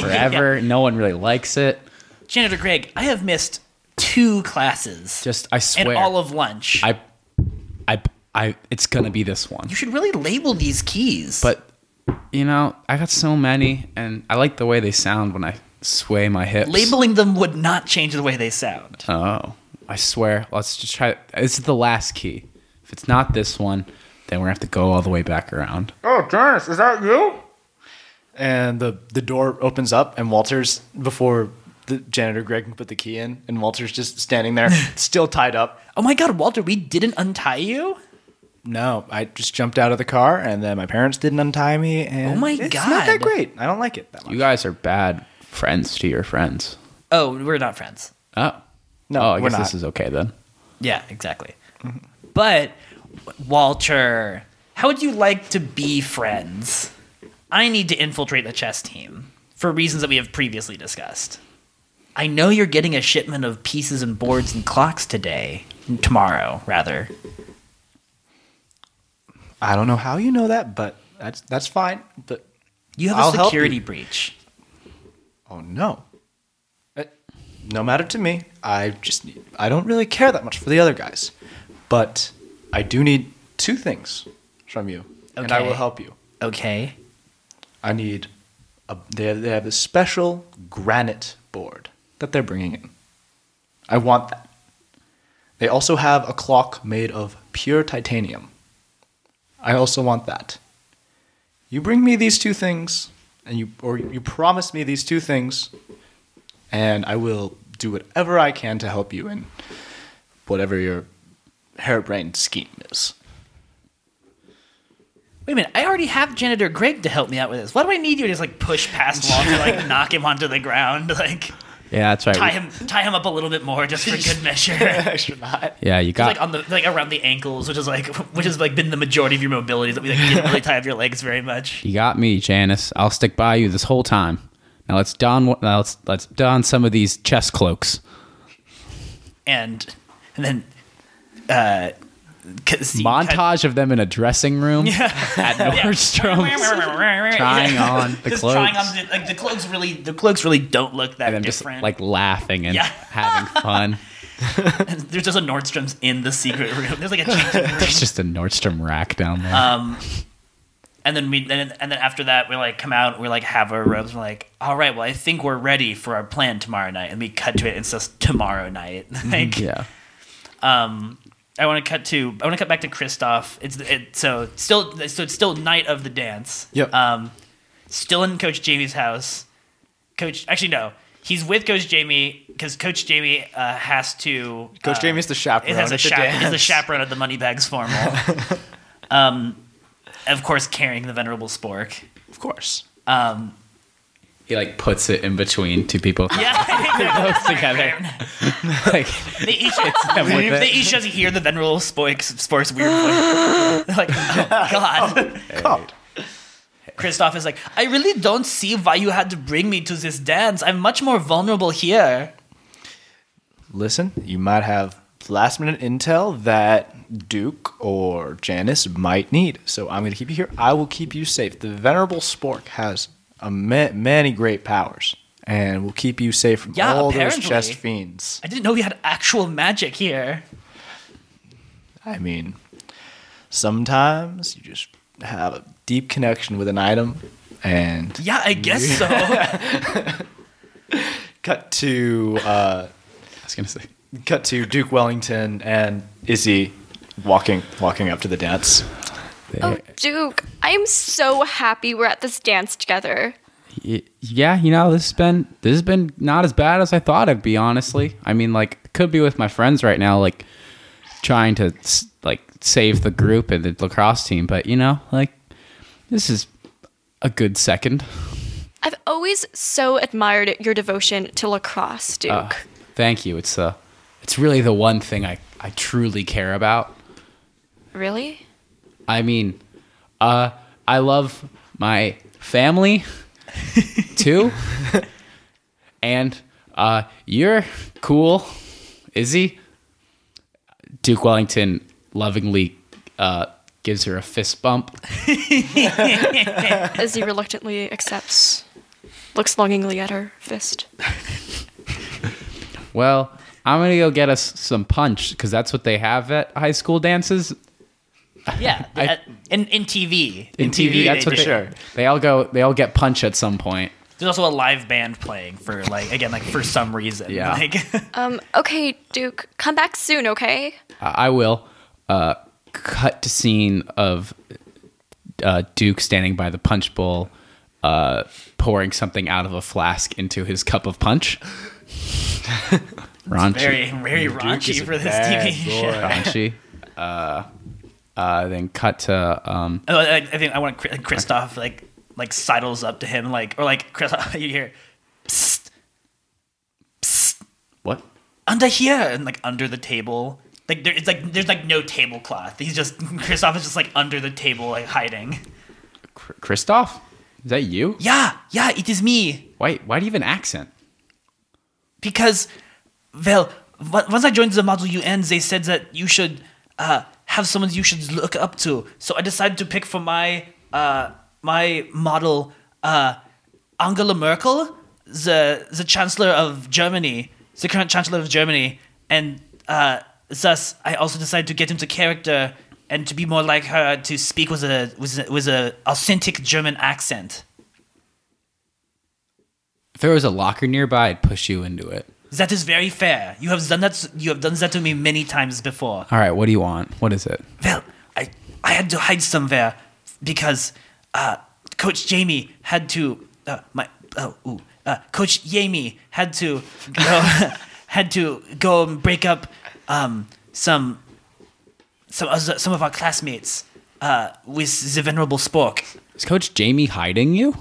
Speaker 3: forever. No one really likes it.
Speaker 5: Janitor Greg, I have missed two classes
Speaker 3: Just I swear,
Speaker 5: and all of lunch.
Speaker 3: I, I, I, it's gonna be this one.
Speaker 5: you should really label these keys.
Speaker 3: But you know, I got so many, and I like the way they sound when I sway my hips.
Speaker 5: labeling them would not change the way they sound.
Speaker 3: Oh, I swear. Let's just try. This is the last key. If it's not this one, then we're gonna have to go all the way back around.
Speaker 1: Oh, Janice, is that you? And the the door opens up, and Walter's before the janitor Greg can put the key in, and Walter's just standing there, still tied up.
Speaker 5: Oh my god, Walter, we didn't untie you?
Speaker 1: No, I just jumped out of the car, and then my parents didn't untie me. And
Speaker 5: Oh my
Speaker 1: it's not that
Speaker 5: God.
Speaker 1: great. I don't like it that much.
Speaker 3: You guys are bad friends to your friends.
Speaker 5: Oh, we're not friends.
Speaker 3: Oh,
Speaker 1: No,
Speaker 3: Oh, I
Speaker 1: we're
Speaker 3: guess
Speaker 1: not.
Speaker 3: this is okay then.
Speaker 5: Yeah, exactly. But Walter, how would you like to be friends? I need to infiltrate the chess team for reasons that we have previously discussed. I know you're getting a shipment of pieces and boards and clocks today, tomorrow, rather.
Speaker 1: I don't know how you know that, but that's that's fine. But
Speaker 5: You have
Speaker 1: I'll
Speaker 5: a
Speaker 1: help
Speaker 5: security
Speaker 1: you.
Speaker 5: breach.
Speaker 1: oh no, It- no matter to me. I just need, I don't really care that much for the other guys, but I do need two things from you, and I
Speaker 5: Okay.
Speaker 1: will help you.
Speaker 5: Okay.
Speaker 1: I need a, they, they have a special granite board that they're bringing in. I want that. They also have a clock made of pure titanium. I also want that. you bring me these two things, and you or you promise me these two things, and I will do whatever I can to help you in whatever your harebrained scheme is.
Speaker 5: Wait a minute, I already have janitor Greg to help me out with this. Why do I need you to just like push past Walter, like knock him onto the ground, like
Speaker 3: Yeah, that's right.
Speaker 5: tie him tie him up a little bit more just for good measure?
Speaker 1: Extra knot.
Speaker 3: yeah, you got.
Speaker 1: oh.
Speaker 5: like on the like around the ankles, which is like which has like been the majority of your mobility is that we like you didn't really tie up your legs very much.
Speaker 3: You got me, Janice. I'll stick by you this whole time. Now let's don now let's let's don some of these chest cloaks.
Speaker 5: And and then uh Cassim
Speaker 3: Montage of them in a dressing room at Nordstrom's, trying on the
Speaker 5: just
Speaker 3: cloaks,
Speaker 5: trying on the, like the clothes really the clothes really don't look that
Speaker 3: and then just
Speaker 5: different.
Speaker 3: like laughing and
Speaker 5: Yeah.
Speaker 3: having fun.
Speaker 5: there's just a Nordstrom's in the secret room. There's like a changing room.
Speaker 3: It's just a Nordstrom rack down there.
Speaker 5: Um, and then we then and then after that we like come out. We like have our robes. We're like, all right, well I think we're ready for our plan tomorrow night. And we cut to it. It's just tomorrow night.
Speaker 1: Mm-hmm.
Speaker 5: like,
Speaker 3: yeah,
Speaker 5: um, I want to cut to I want to cut back to Kristoff. It's it, so still so it's still night of the dance.
Speaker 1: Yep.
Speaker 5: Um, still in Coach Jamie's house. Coach, actually no, he's with Coach Jamie because Coach Jamie uh, has to
Speaker 1: Coach
Speaker 5: uh,
Speaker 1: Jamie's the chaperone.
Speaker 5: it has a
Speaker 1: at the
Speaker 5: chaperone. It's the
Speaker 1: dance.
Speaker 5: chaperone of the Moneybags formal. um, of course, carrying the venerable spork.
Speaker 1: Of course.
Speaker 5: Um,
Speaker 3: he like puts it in between two people
Speaker 5: yeah,
Speaker 3: close together. like
Speaker 5: they each
Speaker 3: them with it.
Speaker 5: they each just hear the venerable spork's, spork's weird voice. They're like, oh god.
Speaker 1: God.
Speaker 5: Kristoff is like, I really don't see why you had to bring me to this dance. I'm much more vulnerable here.
Speaker 1: Listen, you might have last minute intel that Duke or Janice might need. So I'm going to keep you here. I will keep you safe. The Venerable Spork has a ma- many great powers and will keep you safe from
Speaker 5: Yeah,
Speaker 1: all
Speaker 5: apparently.
Speaker 1: those chest fiends.
Speaker 5: I didn't know we had actual magic here.
Speaker 1: I mean, sometimes you just have a deep connection with an item and
Speaker 5: Yeah, I guess so.
Speaker 1: cut to uh,
Speaker 3: I was gonna say,
Speaker 1: cut to Duke Wellington and Izzy walking walking up to the dance.
Speaker 4: Oh, Duke, I'm so happy we're at this dance together.
Speaker 3: Y- yeah, you know, this has been this has been not as bad as I thought it'd be. Honestly, I mean, like, could be with my friends right now, like trying to s- like save the group and the lacrosse team, but you know, like, this is a good second.
Speaker 4: I've always so admired your devotion to lacrosse, Duke.
Speaker 5: Ah.
Speaker 3: Uh, thank you. It's uh, it's really the one thing I I truly care about.
Speaker 4: really?
Speaker 3: I mean, uh, I love my family too, and uh, you're cool, Izzy. Duke Wellington lovingly uh, gives her a fist bump.
Speaker 4: As he reluctantly accepts, looks longingly at her fist.
Speaker 3: Well, I'm gonna go get us some punch because that's what they have at high school dances.
Speaker 5: yeah, at- in, in TV.
Speaker 3: In, TV, that's
Speaker 5: they
Speaker 3: what
Speaker 5: do.
Speaker 3: they, they all go. They all get punch at some point.
Speaker 5: There's also a live band playing for like again like for some reason.
Speaker 3: Yeah.
Speaker 5: Like
Speaker 4: Um, okay, Duke, come back soon, okay?
Speaker 3: I I will uh, cut to scene of uh, Duke standing by the punch bowl, uh, pouring something out of a flask into his cup of punch. Raunchy.
Speaker 5: very very raunchy for this TV show.
Speaker 3: raunchy. Uh, uh, then cut to um,
Speaker 5: Oh, I, I think I want Chri- like, Kristoff like like sidles up to him like or like Kristoff you hear psst
Speaker 3: what?
Speaker 5: under here and like under the table. Like there, it's like there's like no tablecloth. He's just Kristoff is just like under the table like hiding.
Speaker 3: Kr- Christoph? Is that you?
Speaker 5: Yeah, yeah, it is me.
Speaker 3: Why? Why do you have an accent?
Speaker 5: because well on- once i joined the model un they said that you should uh, have someone you should look up to so i decided to pick for my uh, my model uh, angela merkel the the chancellor of germany the current chancellor of germany and uh, thus i also decided to get into character and to be more like her to speak with a with a, with a authentic german accent
Speaker 3: If there was a locker nearby, I'd push you into it.
Speaker 5: that is very fair. You have done that. You have done that to me many times before.
Speaker 3: All right. What do you want? What is it?
Speaker 5: Well, I I had to hide somewhere because uh, Coach Jamie had to uh, my oh ooh, uh, Coach Jamie had to go, had to go and break up um, some some other- some of our classmates uh, with the venerable Spork.
Speaker 3: Is Coach Jamie hiding you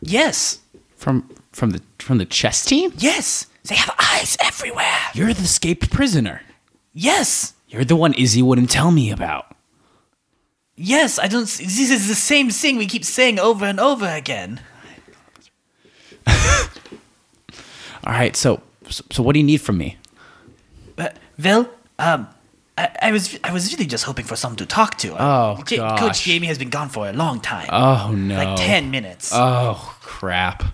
Speaker 5: Yes,
Speaker 3: from from the from the chess team?
Speaker 5: yes, they have eyes everywhere.
Speaker 3: You're the escaped prisoner.
Speaker 5: Yes,
Speaker 3: You're the one Izzy wouldn't tell me about.
Speaker 5: yes. I don't. s- This is the same thing we keep saying over and over again.
Speaker 3: All right, so so, so what do you need from me?
Speaker 5: But well, um, I, I was I was really just hoping for someone to talk to.
Speaker 3: Oh,
Speaker 5: Coach
Speaker 3: gosh.
Speaker 5: Jamie has been gone for a long time.
Speaker 3: Oh no.
Speaker 5: Like ten minutes.
Speaker 3: Oh crap.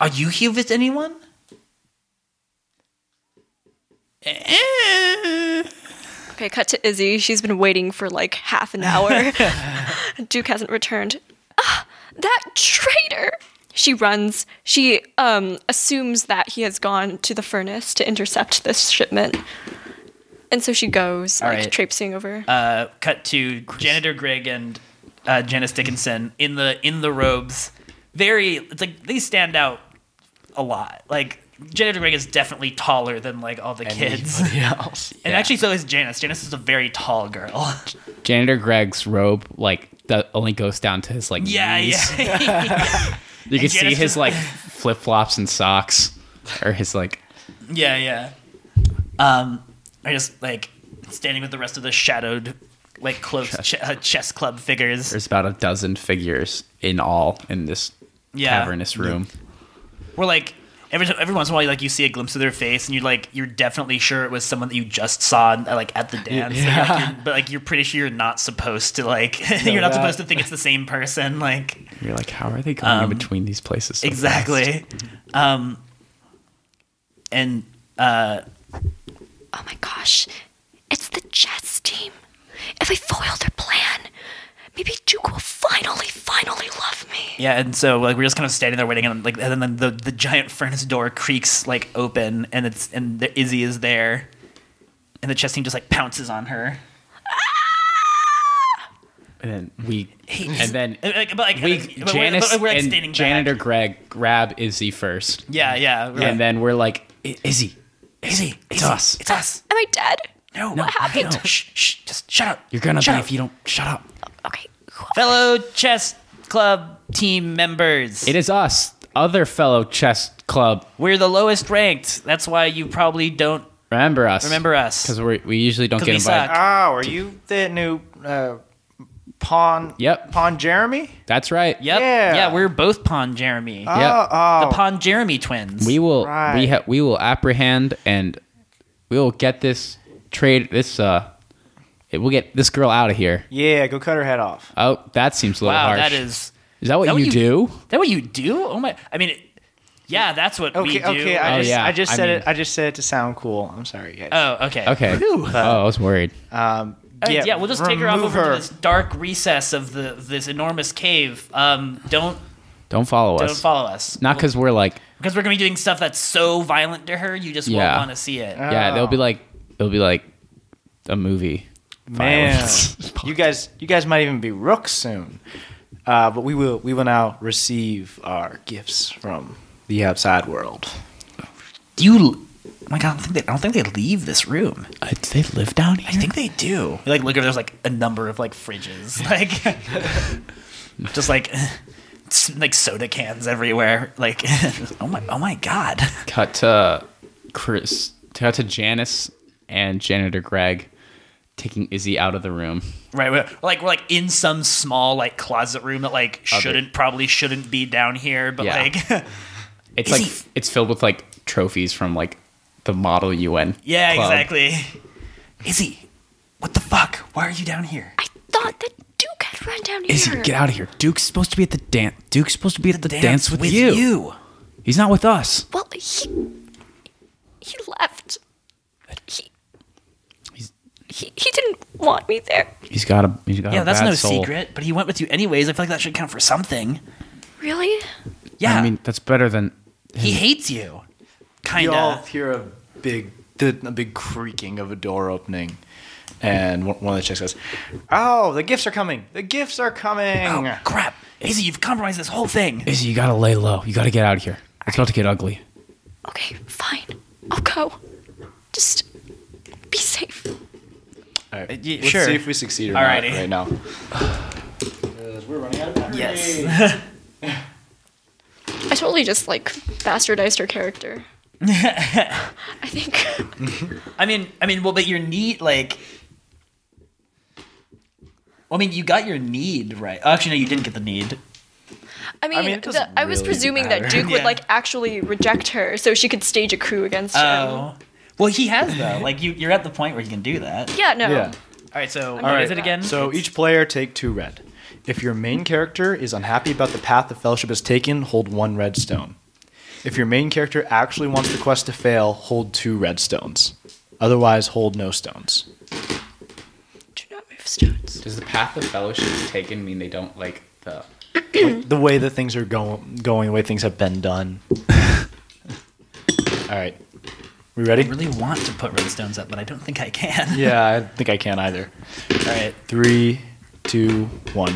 Speaker 5: Are you here with anyone?
Speaker 4: Okay, cut to Izzy. She's been waiting for like half an hour. Duke hasn't returned. Ah, that traitor! She runs. She um, assumes that he has gone to the furnace to intercept this shipment. And so she goes, like
Speaker 5: right.
Speaker 4: traipsing over.
Speaker 5: Uh, cut to janitor Greg and uh, Janice Dickinson in the in the robes. Very, it's like they stand out a lot. Like janitor Greg is definitely taller than like all the kids.
Speaker 1: else.
Speaker 5: And actually, so is Janice. Janice is a very tall girl.
Speaker 3: Janitor Greg's robe like that only goes down to his like
Speaker 5: yeah,
Speaker 3: knees.
Speaker 5: yeah.
Speaker 3: You can see
Speaker 5: Janice
Speaker 3: his
Speaker 5: is-
Speaker 3: like flip flops and socks, or his like.
Speaker 5: Yeah, yeah. Um, I just like standing with the rest of the shadowed, like close chess, uh, chess club figures.
Speaker 3: There's about a dozen figures in all in this
Speaker 5: Yeah.
Speaker 3: cavernous room.
Speaker 5: We're like every time, every once in a while, like you see a glimpse of their face, and you're like you're definitely sure it was someone that you just saw uh, like at the dance. And you're, like, you're- but like you're pretty sure you're not supposed to like you're not
Speaker 1: that.
Speaker 5: supposed to think it's the same person. Like
Speaker 3: You're like, how are they going in between these places? so fast?
Speaker 5: Um, exactly. Um, and uh,
Speaker 4: oh my gosh, it's the chess team. If I foil their plan, maybe Duke will finally, finally love me.
Speaker 5: Yeah, and so like we're just kind of standing there waiting, and like and then the the giant furnace door creaks like open, and it's and the Izzy is there, and the chess team just like pounces on her.
Speaker 3: And then we,
Speaker 5: he's-
Speaker 3: and then
Speaker 5: And, like, but, like,
Speaker 3: we,
Speaker 5: and- but we're-
Speaker 3: Janice
Speaker 5: but we're, like, standing
Speaker 3: and
Speaker 5: back.
Speaker 3: janitor Greg grab Izzy first,
Speaker 5: Yeah, yeah, we're
Speaker 3: and
Speaker 5: like,
Speaker 3: then we're like, "I- Izzy,
Speaker 5: Izzy,
Speaker 3: it's
Speaker 5: Izzy,
Speaker 3: us.
Speaker 5: it's us.
Speaker 4: Am I dead?
Speaker 5: No,
Speaker 4: What happened?
Speaker 5: No. Shh, shh, just shut up.
Speaker 3: you're gonna
Speaker 5: shut
Speaker 3: die
Speaker 5: up.
Speaker 3: if you don't shut up.
Speaker 4: Okay.
Speaker 5: fellow chess club team members.
Speaker 3: It is us, other fellow chess club.
Speaker 5: we're the lowest ranked. That's why you probably don't
Speaker 3: Remember us.
Speaker 5: remember us.
Speaker 3: because we we usually don't
Speaker 5: 'Cause
Speaker 3: get
Speaker 5: we
Speaker 3: invited.
Speaker 5: suck.
Speaker 1: Oh, are you that new uh, pawn?
Speaker 3: Yep.
Speaker 1: Pawn Jeremy.
Speaker 3: That's right.
Speaker 5: Yep.
Speaker 1: Yeah.
Speaker 5: yeah, we're both Pon Jeremy.
Speaker 3: Yep.
Speaker 1: Oh,
Speaker 5: the
Speaker 1: oh.
Speaker 5: Pon Jeremy twins.
Speaker 3: We will we
Speaker 1: Right.
Speaker 3: ha- we will apprehend and we will get this trade this uh it will get this girl out of here.
Speaker 1: yeah, go cut her head off.
Speaker 3: Oh, that seems a little
Speaker 5: wow,
Speaker 3: harsh.
Speaker 5: that is
Speaker 3: Is that what,
Speaker 5: that
Speaker 3: you,
Speaker 5: what you-
Speaker 3: do?
Speaker 5: is that what you do? Oh my! I mean, it, yeah, that's what we
Speaker 1: Okay,
Speaker 5: do.
Speaker 1: okay. I
Speaker 3: Oh,
Speaker 1: just,
Speaker 3: yeah,
Speaker 1: I just
Speaker 3: I
Speaker 1: said
Speaker 3: mean-
Speaker 1: it. I just said it to sound cool. I'm sorry, guys.
Speaker 5: oh, okay.
Speaker 3: Okay.
Speaker 1: Whew.
Speaker 3: oh, I was worried.
Speaker 1: Um,
Speaker 5: Uh, yeah, we'll just take her off
Speaker 1: remove
Speaker 5: over to this dark recess of the this enormous cave. Um, don't
Speaker 3: Don't follow
Speaker 5: don't
Speaker 3: us.
Speaker 5: follow us.
Speaker 3: Not because we're like
Speaker 5: because we're gonna be doing stuff that's so violent to her. You just
Speaker 3: Yeah.
Speaker 5: won't want to see it.
Speaker 3: yeah,
Speaker 1: Oh.
Speaker 3: they'll be like it'll be like a movie.
Speaker 1: Man,
Speaker 3: Violence.
Speaker 1: you guys, you guys might even be rooks soon. Uh, but we will, we will now receive our gifts from the outside world.
Speaker 5: do you? Oh my god, I don't think they, I don't think they leave this room.
Speaker 3: Uh, do they live down here?
Speaker 5: I think they do. You, like look over there's like a number of like fridges. Like just like s- like soda cans everywhere. Like oh my oh my god.
Speaker 3: cut to Chris cut to Janice and janitor Greg taking Izzy out of the room.
Speaker 5: Right. We're, like we're like in some small like closet room that like shouldn't probably shouldn't be down here, but
Speaker 3: Yeah.
Speaker 5: like
Speaker 3: It's
Speaker 5: Is
Speaker 3: like
Speaker 5: he-
Speaker 3: it's filled with like trophies from like the model UN.
Speaker 5: yeah,
Speaker 3: club.
Speaker 5: exactly. Izzy, what the fuck? Why are you down here?
Speaker 4: I thought that Duke had run down here.
Speaker 3: Izzy, get out of here. Duke's supposed to be at the dance. Duke's supposed to be at the, dance, with, you.
Speaker 5: you.
Speaker 3: He's not with us.
Speaker 4: Well, he he left. He
Speaker 3: He's-
Speaker 4: he, he didn't want me there.
Speaker 3: He's got a he's got
Speaker 5: Yeah,
Speaker 3: a
Speaker 5: that's
Speaker 3: bad
Speaker 5: no
Speaker 3: soul.
Speaker 5: secret. But he went with you anyways. I feel like that should count for something.
Speaker 4: Really?
Speaker 5: Yeah.
Speaker 3: I mean, that's better than Hmm.
Speaker 5: he hates you.
Speaker 1: You
Speaker 5: Kinda.
Speaker 1: all hear a big, the, a big creaking of a door opening, and one one of the chicks goes, "Oh, the gifts are coming! The gifts are coming!"
Speaker 5: Oh crap! Izzy, you've compromised this whole thing.
Speaker 3: Izzy, you gotta lay low. You gotta get out of here. It's about to get ugly.
Speaker 4: Okay, fine. I'll go. Just be safe.
Speaker 1: All right.
Speaker 5: yeah,
Speaker 1: Let's
Speaker 5: sure.
Speaker 1: see if we succeed or
Speaker 5: Alrighty.
Speaker 1: not right now. 'Cause we're running out of time.
Speaker 5: Yes.
Speaker 4: I totally just like bastardized her character. I think
Speaker 5: I mean, I mean, well, but your need, like, well, I mean, you got your need right. Oh, Actually, no, you didn't get the need.
Speaker 4: I mean,
Speaker 1: mean, it
Speaker 4: the-
Speaker 1: doesn't
Speaker 4: I was
Speaker 1: really
Speaker 4: presuming that
Speaker 1: matter.
Speaker 4: Duke would
Speaker 5: Yeah.
Speaker 4: like actually reject her so she could stage a coup against him.
Speaker 5: Oh, well, he has though. Like, you, you're at the point where you can do that.
Speaker 4: Yeah, no.
Speaker 1: Yeah.
Speaker 5: All right, so what is
Speaker 4: All
Speaker 1: right.
Speaker 5: it again?
Speaker 1: So each player take two red. If your main character is unhappy about the path the fellowship has taken, hold one red stone. If your main character actually wants the quest to fail, hold two red stones. Otherwise, hold no stones.
Speaker 4: Do not move stones.
Speaker 3: Does the path of fellowship taken mean they don't like the?
Speaker 1: The way that things are going, going the way things have been done. All right, we
Speaker 5: I
Speaker 1: ready?
Speaker 5: really want to put redstones up, but I don't think I can.
Speaker 1: Yeah, I think I can either.
Speaker 5: All right.
Speaker 1: Three, two, one.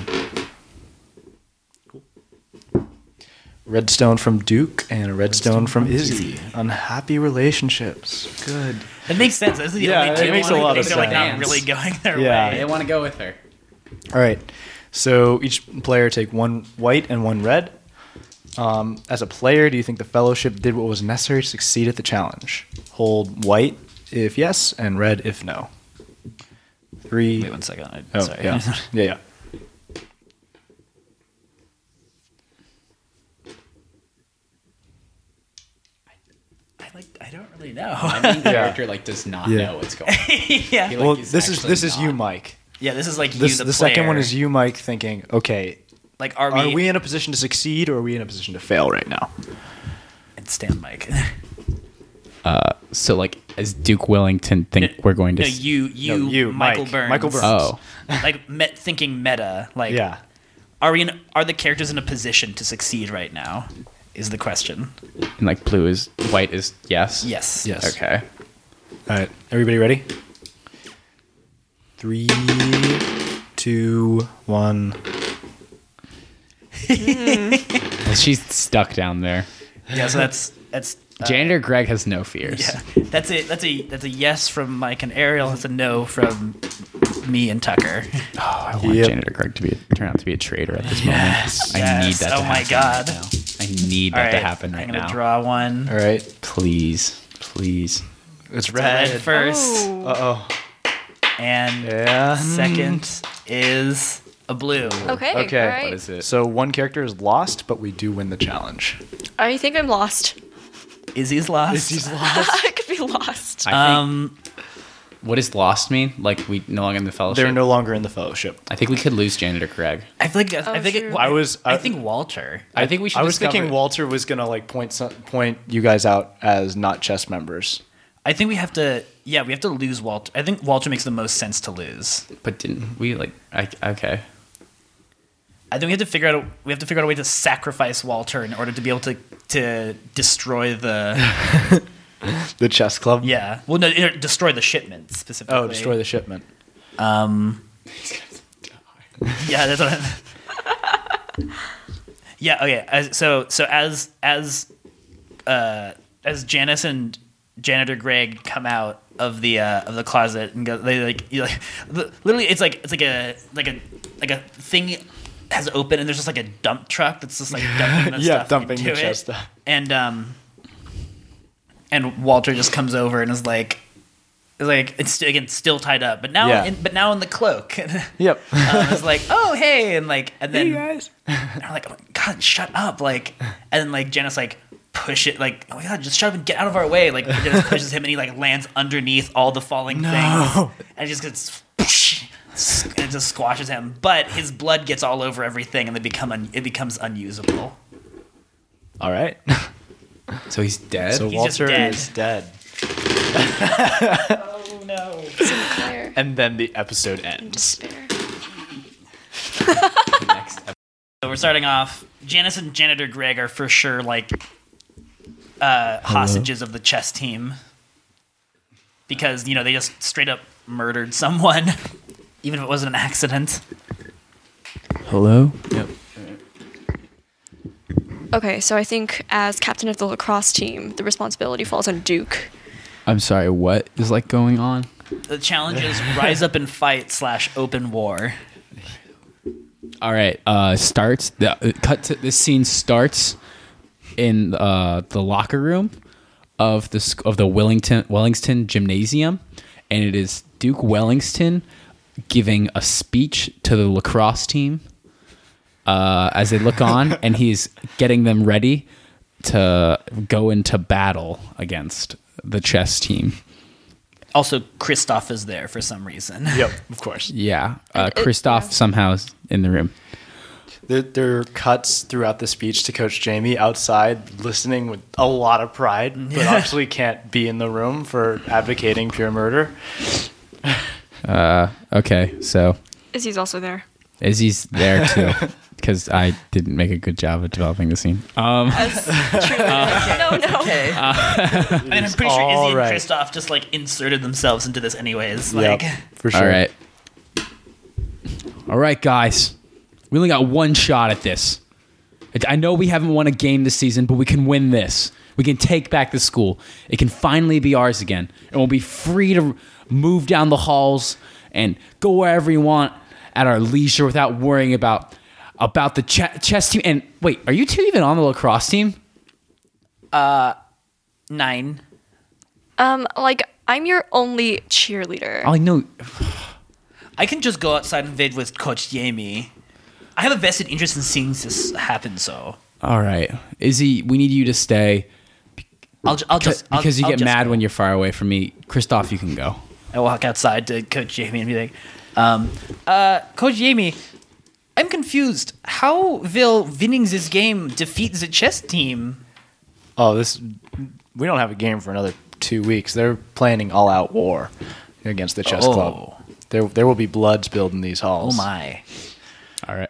Speaker 1: Redstone from Duke and a redstone from Izzy. Unhappy relationships. Good.
Speaker 5: It makes sense. Those are the
Speaker 1: Yeah,
Speaker 5: only
Speaker 1: it
Speaker 5: two
Speaker 1: makes a lot
Speaker 5: things
Speaker 1: of
Speaker 5: that are, like not
Speaker 3: sense.
Speaker 5: really going their
Speaker 1: Yeah.
Speaker 5: way.
Speaker 1: They
Speaker 3: want to go with her.
Speaker 1: All right. So each player take one white and one red. Um, as a player, do you think the fellowship did what was necessary to succeed at the challenge? Hold white if yes, and red if no. Three.
Speaker 5: Wait one second. I,
Speaker 1: Oh,
Speaker 5: sorry.
Speaker 1: Yeah. yeah, yeah.
Speaker 5: I like. I don't really know.
Speaker 3: My main
Speaker 1: Yeah.
Speaker 3: character like does not
Speaker 1: Yeah.
Speaker 3: know what's going. on.
Speaker 5: yeah.
Speaker 1: well,
Speaker 3: he's
Speaker 1: this is
Speaker 3: actually
Speaker 1: this is you,
Speaker 3: not.
Speaker 1: Mike.
Speaker 5: Yeah. This is like you,
Speaker 1: This,
Speaker 5: the,
Speaker 1: the second one
Speaker 5: player.
Speaker 1: is you, Mike, thinking, okay,
Speaker 5: Like, are we?
Speaker 1: Are we in a position to succeed or are we in a position to fail right now?
Speaker 5: and Stan Mike.
Speaker 3: So like, is Duke Wellington think we're going to?
Speaker 5: no,
Speaker 3: s-
Speaker 5: you, you,
Speaker 1: No, you,
Speaker 5: Michael
Speaker 1: Mike.
Speaker 5: Burns.
Speaker 1: Michael Burns.
Speaker 3: oh,
Speaker 5: like met, thinking meta. Like,
Speaker 1: Yeah.
Speaker 5: are we in, are the characters in a position to succeed right now? Is the question.
Speaker 3: and like blue is white is yes.
Speaker 5: Yes.
Speaker 1: Yes.
Speaker 3: Okay.
Speaker 1: All right. Everybody ready? Three, two, one.
Speaker 3: Well, she's stuck down there.
Speaker 5: Yeah. So that's that's. uh,
Speaker 3: Janitor Greg has no fears.
Speaker 5: yeah. That's a that's a that's a yes from Mike and Ariel. That's a no from me and Tucker.
Speaker 3: Oh, I want
Speaker 1: Yep.
Speaker 3: Janitor Greg to be turn out to be a traitor at this
Speaker 5: Yes.
Speaker 3: moment. I need
Speaker 5: yes.
Speaker 3: that. to
Speaker 5: Oh my
Speaker 3: happen right
Speaker 5: God.
Speaker 3: now. I need
Speaker 5: All
Speaker 3: that to
Speaker 5: right,
Speaker 3: happen right
Speaker 5: I'm gonna
Speaker 3: now.
Speaker 5: draw one.
Speaker 1: All right.
Speaker 3: Please, please.
Speaker 1: It's
Speaker 5: Red,
Speaker 1: red.
Speaker 5: first,
Speaker 4: Oh.
Speaker 1: Uh oh.
Speaker 5: and
Speaker 1: Yeah.
Speaker 5: second is a blue.
Speaker 4: Okay.
Speaker 1: Okay.
Speaker 4: all right.
Speaker 3: What is it?
Speaker 1: So one character is lost, but we do win the challenge.
Speaker 4: I think I'm lost.
Speaker 5: Izzy's lost.
Speaker 1: Izzy's lost.
Speaker 4: I could be lost.
Speaker 3: I think,
Speaker 5: Um,
Speaker 3: what does lost mean? Like we no longer in the fellowship.
Speaker 1: They're no longer in the fellowship.
Speaker 3: I think we could lose Janitor Greg.
Speaker 5: I feel like I
Speaker 4: Oh,
Speaker 5: think it,
Speaker 4: shoot.
Speaker 1: I was- uh,
Speaker 5: I,
Speaker 1: I-
Speaker 5: think Walter.
Speaker 3: I think we should.
Speaker 1: I was
Speaker 3: discover-
Speaker 1: thinking Walter was gonna like point some, point you guys out as not chess members.
Speaker 5: I think we have to. Yeah, we have to lose Walter. I think Walter makes the most sense to lose.
Speaker 3: but didn't we like? I, okay.
Speaker 5: I think we have to figure out. A, we have to figure out a way to sacrifice Walter in order to be able to to destroy the.
Speaker 1: The chess club.
Speaker 5: Yeah. Well, no, it- destroy the shipment specifically.
Speaker 1: Oh, destroy the shipment.
Speaker 5: Yeah, that's what. I'm- yeah. Okay. As, so so as as uh, as Janice and janitor Greg come out of the uh, of the closet and go, they like, you like li- literally it's like it's like a like a like a thing has opened and there's just like a dump truck that's just like dumping the
Speaker 1: Yeah,
Speaker 5: stuff
Speaker 1: dumping
Speaker 5: into
Speaker 1: the
Speaker 5: it.
Speaker 1: chest stuff.
Speaker 5: and um and Walter just comes over and is like. is Like it's st- again still tied up, but now,
Speaker 1: Yeah.
Speaker 5: in, but now in the cloak.
Speaker 1: Yep.
Speaker 5: um, it's like, oh hey, and like, and then
Speaker 1: guys.
Speaker 5: and I'm like, oh, my God, shut up, like, and then like Janice like push it, like, oh my God, just shut up and get out of our way, like Janice pushes him and he like lands underneath all the falling
Speaker 1: No.
Speaker 5: things, and it just gets. And it just squashes him, but his blood gets all over everything, and they become un- it becomes unusable.
Speaker 1: All right.
Speaker 3: So he's dead.
Speaker 1: So
Speaker 5: He's just
Speaker 1: Walter
Speaker 5: dead.
Speaker 1: is dead.
Speaker 5: Oh no!
Speaker 4: Despair.
Speaker 1: And then the episode ends.
Speaker 4: Despair.
Speaker 3: next episode.
Speaker 5: So we're starting off. Janice and janitor Greg are for sure like uh, hostages of the chess team because you know they just straight up murdered someone, even if it wasn't an accident.
Speaker 3: Hello.
Speaker 1: Yep.
Speaker 4: Okay, so I think as captain of the lacrosse team, the responsibility falls on Duke.
Speaker 3: I'm sorry, what is like going on?
Speaker 5: The challenge is rise up and fight slash open war.
Speaker 3: All right, uh starts the uh, cut to this scene starts in uh the locker room of the sc- of the Wellington Wellington Gymnasium and it is Duke Wellington giving a speech to the lacrosse team uh, as they look on and he's getting them ready to go into battle against the chess team.
Speaker 5: Also, Kristoff is there for some reason.
Speaker 1: Yep, of course.
Speaker 3: Yeah, uh,
Speaker 4: it-
Speaker 3: Christoph
Speaker 4: yeah.
Speaker 3: somehow is in the room.
Speaker 1: There, there are cuts throughout the speech to Coach Jamie outside, listening with a lot of pride, but actually can't be in the room for advocating pure murder.
Speaker 3: Okay, so
Speaker 4: Is he's also there?
Speaker 3: Izzy's there too because I didn't make a good job of developing the scene.
Speaker 4: As truly, no, no.
Speaker 5: Okay. and I'm pretty sure
Speaker 1: all
Speaker 5: Izzy
Speaker 1: right.
Speaker 5: and Kristoff just like inserted themselves into this anyways.
Speaker 1: Yep,
Speaker 5: Like
Speaker 1: for sure.
Speaker 3: All right, all right, guys, we only got one shot at this. I- I know we haven't won a game this season, but we can win this. We can take back the school. It can finally be ours again, and we'll be free to move down the halls and go wherever we want at our leisure without worrying about about the ch- chess team. And wait, are you two even on the lacrosse team?
Speaker 5: nine.
Speaker 4: Um, like I'm your only cheerleader.
Speaker 3: Oh, I know.
Speaker 5: I can just go outside and vid with Coach Jamie. I have a vested interest in seeing this happen, so
Speaker 3: All right, Izzy, we need you to stay
Speaker 5: I'll, ju- I'll just I'll-
Speaker 3: because you
Speaker 5: I'll
Speaker 3: get
Speaker 5: just
Speaker 3: mad
Speaker 5: go.
Speaker 3: when you're far away from me. Christoph, you can go.
Speaker 5: I walk outside to Coach Jamie and be like, um, uh, Coach Jamie, I'm confused. How will winning this game defeat the chess team?
Speaker 1: Oh, this we don't have a game for another two weeks. They're planning all-out war against the chess
Speaker 5: Oh.
Speaker 1: club. There, there will be blood spilled in these
Speaker 5: Oh
Speaker 1: halls.
Speaker 5: my.
Speaker 3: All right,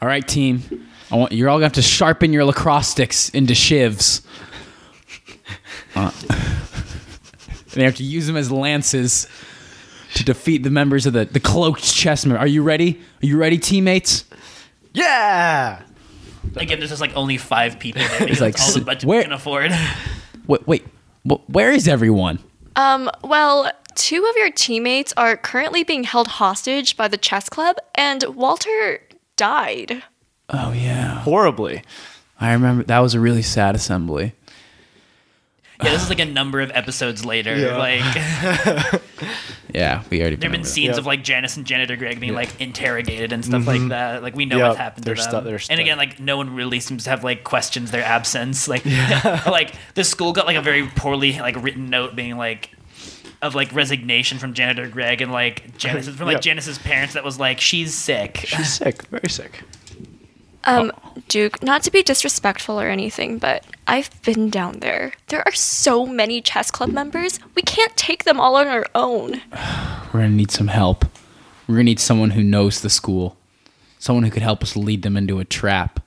Speaker 3: all right, team. I want you're all gonna have to sharpen your lacrosse sticks into shivs. Uh, and they have to use them as lances to defeat the members of the the cloaked chessmen. Are you ready? Are you ready, teammates?
Speaker 1: Yeah.
Speaker 5: Again, there's just like only five people there because
Speaker 3: like,
Speaker 5: like, all the
Speaker 3: s-
Speaker 5: budget
Speaker 3: where-
Speaker 5: we can afford.
Speaker 3: Wait, wait. wh- Where is everyone?
Speaker 4: Um, well, two of your teammates are currently being held hostage by the chess club, and Walter died.
Speaker 3: Oh yeah,
Speaker 1: Horribly.
Speaker 3: I remember. That was a really sad assembly.
Speaker 5: Yeah, this is like a number of episodes later. Like there
Speaker 3: Yeah, we already.
Speaker 5: have been
Speaker 3: remember that.
Speaker 5: scenes
Speaker 1: Yeah.
Speaker 5: of like Janice and Janitor Greg being like interrogated and stuff like that. Like we know
Speaker 1: Mm-hmm. Yeah,
Speaker 5: what's happened to
Speaker 1: they're
Speaker 5: them.
Speaker 1: stu- they're
Speaker 5: and
Speaker 1: stu-
Speaker 5: again, like no one really seems to have like questions their absence. Like like the school got like a very poorly like written note being like of like resignation from Janitor Greg and like Janice from like
Speaker 1: Yeah.
Speaker 5: Janice's parents that was like she's sick.
Speaker 1: She's sick. Very sick.
Speaker 4: Um, Duke, not to be disrespectful or anything, but I've been down there. There are so many chess club members. We can't take them all on our own.
Speaker 3: We're gonna need some help. We're gonna need someone who knows the school, someone who could help us lead them into a trap.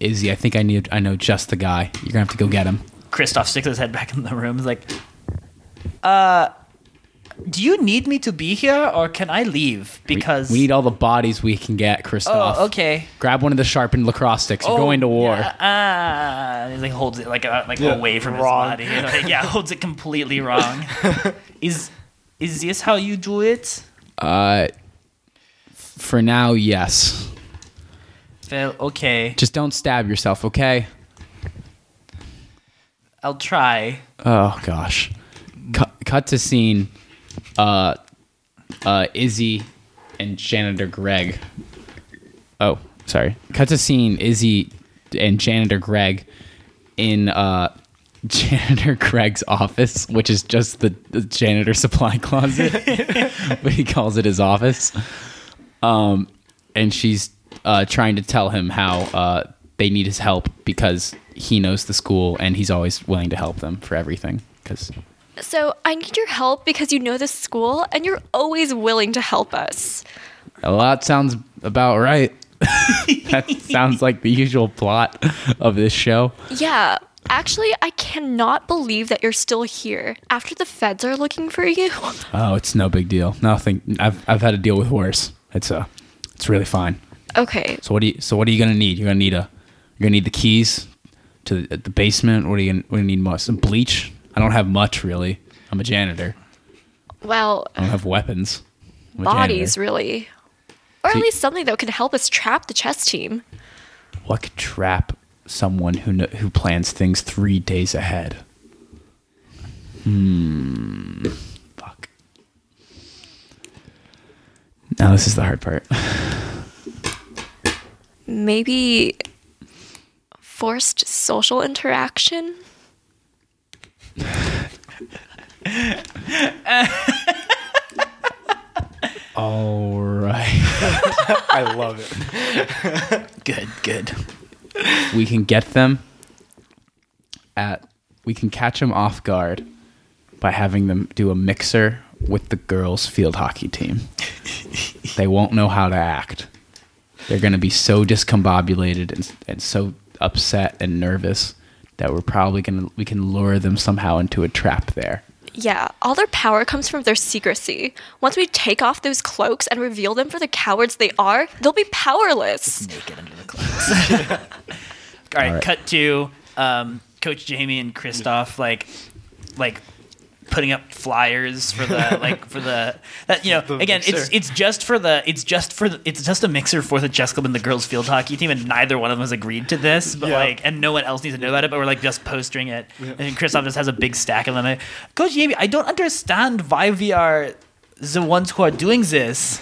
Speaker 3: Izzy, I think I need. I know just the guy. You're gonna have to go get him.
Speaker 5: Kristoff sticks his head back in the room. He's like, uh, do you need me to be here or can I leave? Because
Speaker 3: we need all the bodies we can get, Christoph.
Speaker 5: Oh, okay.
Speaker 3: Grab one of the sharpened lacrosse sticks. You're
Speaker 5: Oh,
Speaker 3: going to war.
Speaker 5: yeah, ah, he like holds it like uh, like
Speaker 1: Yeah,
Speaker 5: away from
Speaker 1: wrong.
Speaker 5: his body. Like, yeah, holds it completely wrong. is is this how you do it?
Speaker 3: Uh, for now, yes.
Speaker 5: Well, okay,
Speaker 3: Just don't stab yourself, okay?
Speaker 5: I'll try.
Speaker 3: Oh gosh. Cut, cut to scene. Uh, uh, Izzy and janitor Greg. Oh, sorry. Cut to scene. Izzy and janitor Greg in uh, janitor Greg's office, which is just the, the janitor supply closet, but he calls it his office. Um, and she's uh, trying to tell him how uh, they need his help because he knows the school and he's always willing to help them for everything. Because
Speaker 4: So I need your help because you know this school and you're always willing to help us.
Speaker 3: a lot sounds about right. that sounds like the usual plot of this show.
Speaker 4: Yeah, actually, I cannot believe that you're still here after the feds are looking for you.
Speaker 3: Oh, it's no big deal. Nothing. I've I've had to deal with worse. It's uh, it's really fine.
Speaker 4: Okay.
Speaker 3: So what do you? So what are you gonna need? You're gonna need a. You're gonna need the keys to the, the basement. What are you gonna, what do you need most? Some bleach. I don't have much really. I'm a janitor.
Speaker 4: Well,
Speaker 3: I don't have weapons. I'm a
Speaker 4: bodies
Speaker 3: janitor.
Speaker 4: really, or at
Speaker 3: See-
Speaker 4: least something that could help us trap the chess team.
Speaker 3: What could trap someone who kn- who plans things three days ahead? Hmm. Fuck. Now this is the hard part.
Speaker 4: Maybe forced social interaction.
Speaker 3: All right.
Speaker 1: I love it.
Speaker 5: Good, good.
Speaker 3: we can get them at. We can catch them off guard by having them do a mixer with the girls' field hockey team. they won't know how to act. They're going to be so discombobulated and, and so upset and nervous that we're probably going to we can lure them somehow into a trap there.
Speaker 4: Yeah, all their power comes from their secrecy. Once we take off those cloaks and reveal them for the cowards they are, they'll be powerless.
Speaker 5: Naked under the clothes. All right,
Speaker 3: All right.
Speaker 5: cut to um, Coach Jamie and Kristoff, like, like putting up flyers for the like for the that you know
Speaker 1: The
Speaker 5: again it's
Speaker 1: mixer.
Speaker 5: it's just for the it's just for the, it's just a mixer for the chess club and the girls field hockey team and neither one of them has agreed to this but
Speaker 1: Yeah.
Speaker 5: like and no one else needs to know about it but we're like just postering it and Kristoff just has a big stack of them like, Coach Jamie I don't understand why we are the ones who are doing this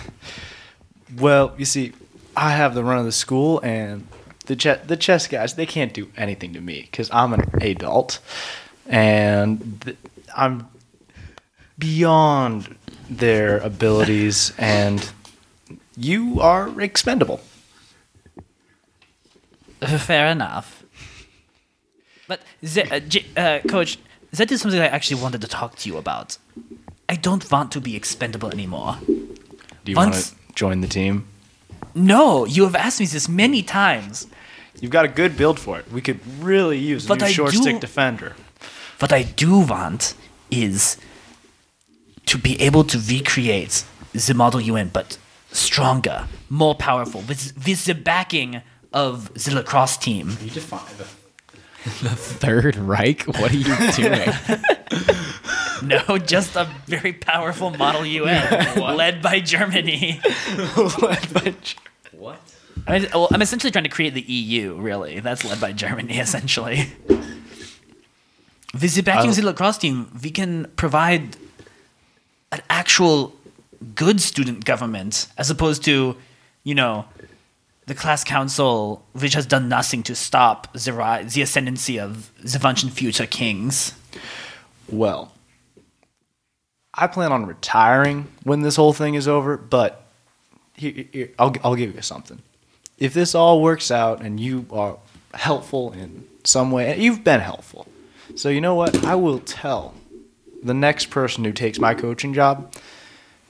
Speaker 1: Well, you see, I have the run of the school, and the che- the chess guys they can't do anything to me because I'm an adult, and th- I'm beyond their abilities, and you are expendable.
Speaker 5: Fair enough. But the, uh, J- uh, coach, that is something I actually wanted to talk to you about. I don't want to be expendable anymore.
Speaker 1: Do you
Speaker 5: wanna
Speaker 1: want to join the team?
Speaker 5: No, you have asked me this many times,
Speaker 1: You've got a good build for it. We could really use a
Speaker 5: But
Speaker 1: new
Speaker 5: I
Speaker 1: short
Speaker 5: do-
Speaker 1: stick defender.
Speaker 5: What I do want is to be able to recreate the Model UN, but stronger, more powerful, with, with the backing of the lacrosse team.
Speaker 3: You define the Third Reich? What are you doing?
Speaker 5: No, just a very powerful Model UN led by Germany.
Speaker 3: what?
Speaker 5: I mean, well, I'm essentially trying to create the EU, really. That's led by Germany, essentially. With the backing of the lacrosse team, we can provide an actual good student government as opposed to, you know, the class council, which has done nothing to stop the, ri- the ascendancy of the once and future kings.
Speaker 1: Well, I plan on retiring when this whole thing is over, but here, here- I'll, I'll give you something. If this all works out and you are helpful in some way, and you've been helpful, so you know what? I will tell the next person who takes my coaching job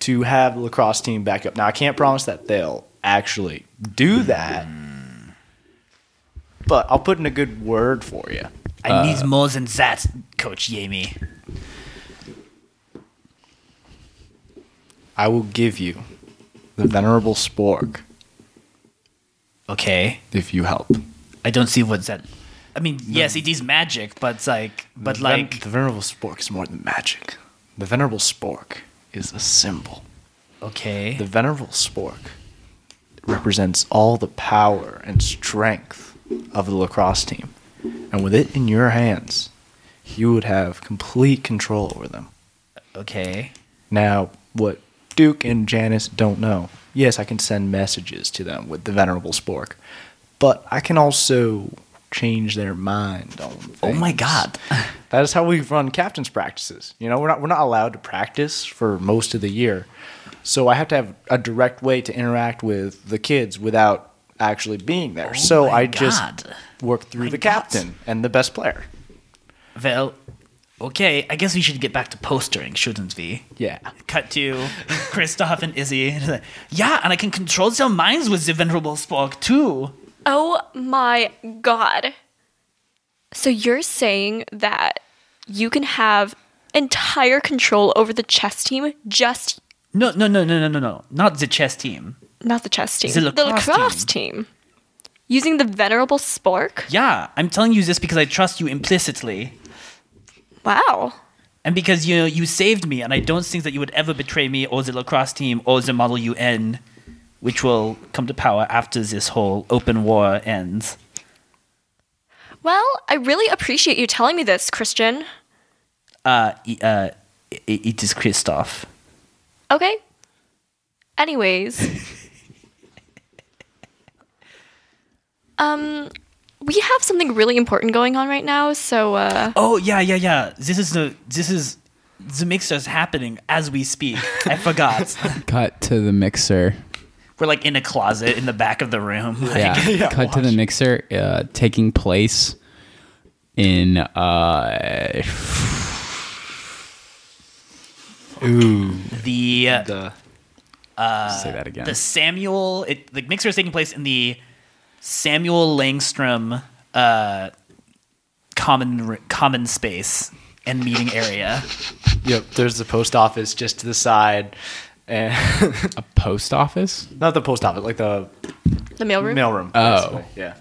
Speaker 1: to have the lacrosse team back up. Now, I can't promise that they'll actually do that, but I'll put in a good word for you.
Speaker 5: I need more than that, Coach Yami.
Speaker 1: I will give you the venerable spork
Speaker 5: Okay.
Speaker 1: if you help.
Speaker 5: I don't see what's that. I mean, yes, it is magic, but like, but
Speaker 1: The ven-
Speaker 5: like,
Speaker 1: the venerable spork is more than magic. The venerable spork is a symbol.
Speaker 5: okay.
Speaker 1: The venerable spork represents all the power and strength of the lacrosse team, and with it in your hands, you would have complete control over them.
Speaker 5: Okay.
Speaker 1: Now, what Duke and Janice don't know, yes, I can send messages to them with the Venerable Spork, but I can also change their mind on things.
Speaker 5: Oh my God.
Speaker 1: That is how we run captain's practices. You know, we're not we're not allowed to practice for most of the year. So I have to have a direct way to interact with the kids without actually being there. so
Speaker 5: Oh my
Speaker 1: I just
Speaker 5: God.
Speaker 1: work through
Speaker 5: My
Speaker 1: the
Speaker 5: God.
Speaker 1: captain and the best player.
Speaker 5: Well, okay. I guess we should get back to postering, shouldn't we?
Speaker 1: Yeah.
Speaker 5: Cut to Kristoff and Izzy. yeah, and I can control their minds with the Venerable Spock, too.
Speaker 4: Oh my god. So you're saying that you can have entire control over the chess team just
Speaker 5: No, no, no, no, no, no, no. Not the chess team.
Speaker 4: Not the chess team.
Speaker 5: It's the
Speaker 4: the
Speaker 5: lacrosse
Speaker 4: lacrosse team. Using the venerable spork.
Speaker 5: Yeah, I'm telling you this because I trust you implicitly.
Speaker 4: Wow.
Speaker 5: And because you know you saved me, and I don't think that you would ever betray me or the lacrosse team or the Model UN, which will come to power after this whole open war ends.
Speaker 4: Well, I really appreciate you telling me this, Christian.
Speaker 5: Uh, e- uh, i- it is Christoph.
Speaker 4: Okay. Anyways. um we have something really important going on right now, so uh
Speaker 5: Oh yeah, yeah, yeah. This is the this is the mixer's happening as we speak. I forgot.
Speaker 3: Cut to the mixer.
Speaker 5: We're like in a closet in the back of the room. Like,
Speaker 3: Yeah.
Speaker 1: Yeah,
Speaker 3: Cut to the
Speaker 1: watch.
Speaker 3: mixer. Uh, taking place in uh,
Speaker 1: Ooh.
Speaker 5: the uh,
Speaker 6: The
Speaker 3: say that again.
Speaker 5: the Samuel it, the mixer is taking place in the Samuel Langstrom uh, common r- common space and meeting area.
Speaker 1: Yep. There's the post office just to the side, and
Speaker 3: a post office.
Speaker 1: not the post office, like the
Speaker 4: the mailroom.
Speaker 1: mailroom.
Speaker 3: Oh.
Speaker 1: basically. yeah.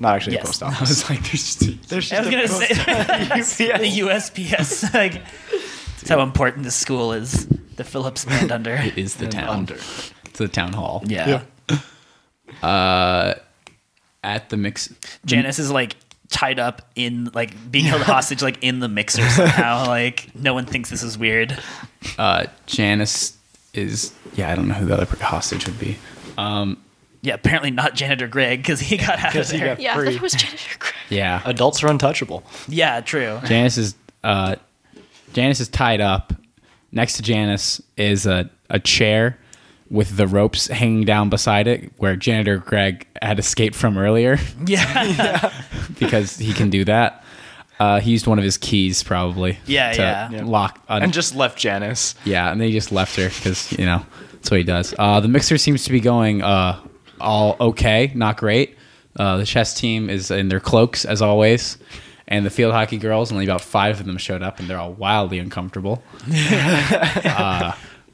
Speaker 1: Not actually
Speaker 5: Yes.
Speaker 1: a post
Speaker 3: I
Speaker 1: office.
Speaker 3: was like, there's just
Speaker 1: There's
Speaker 5: I was gonna say the USPS. Like, that's how important this school is. The Phillips band under.
Speaker 3: it is the town.
Speaker 1: under.
Speaker 3: It's the town hall.
Speaker 5: yeah.
Speaker 3: At the mix.
Speaker 5: Janice is like tied up in like being held hostage like in the mixer somehow. like no one thinks this is weird.
Speaker 3: Uh, Janice is. Yeah, I don't know who the other hostage would be.
Speaker 5: Yeah, apparently not janitor Greg because he got out of
Speaker 1: Because he
Speaker 5: there.
Speaker 1: got
Speaker 4: Yeah, I thought
Speaker 1: free.
Speaker 4: it was Jennifer Grey.
Speaker 3: Yeah.
Speaker 1: Adults are untouchable.
Speaker 5: yeah, true.
Speaker 3: Janice is uh, Janice is tied up. Next to Janice is a, a chair with the ropes hanging down beside it where janitor Greg had escaped from earlier
Speaker 5: Yeah,
Speaker 3: because he can do that. Uh, he used one of his keys probably.
Speaker 5: Yeah,
Speaker 3: to
Speaker 5: yeah. Yeah.
Speaker 3: Lock un-
Speaker 1: And just left Janice.
Speaker 3: yeah, and they just left her because you know that's what he does. Uh, the mixer seems to be going uh, all okay, not great. Uh, the chess team is in their cloaks as always, and the field hockey girls. Only about five of them showed up, and they're all wildly uncomfortable.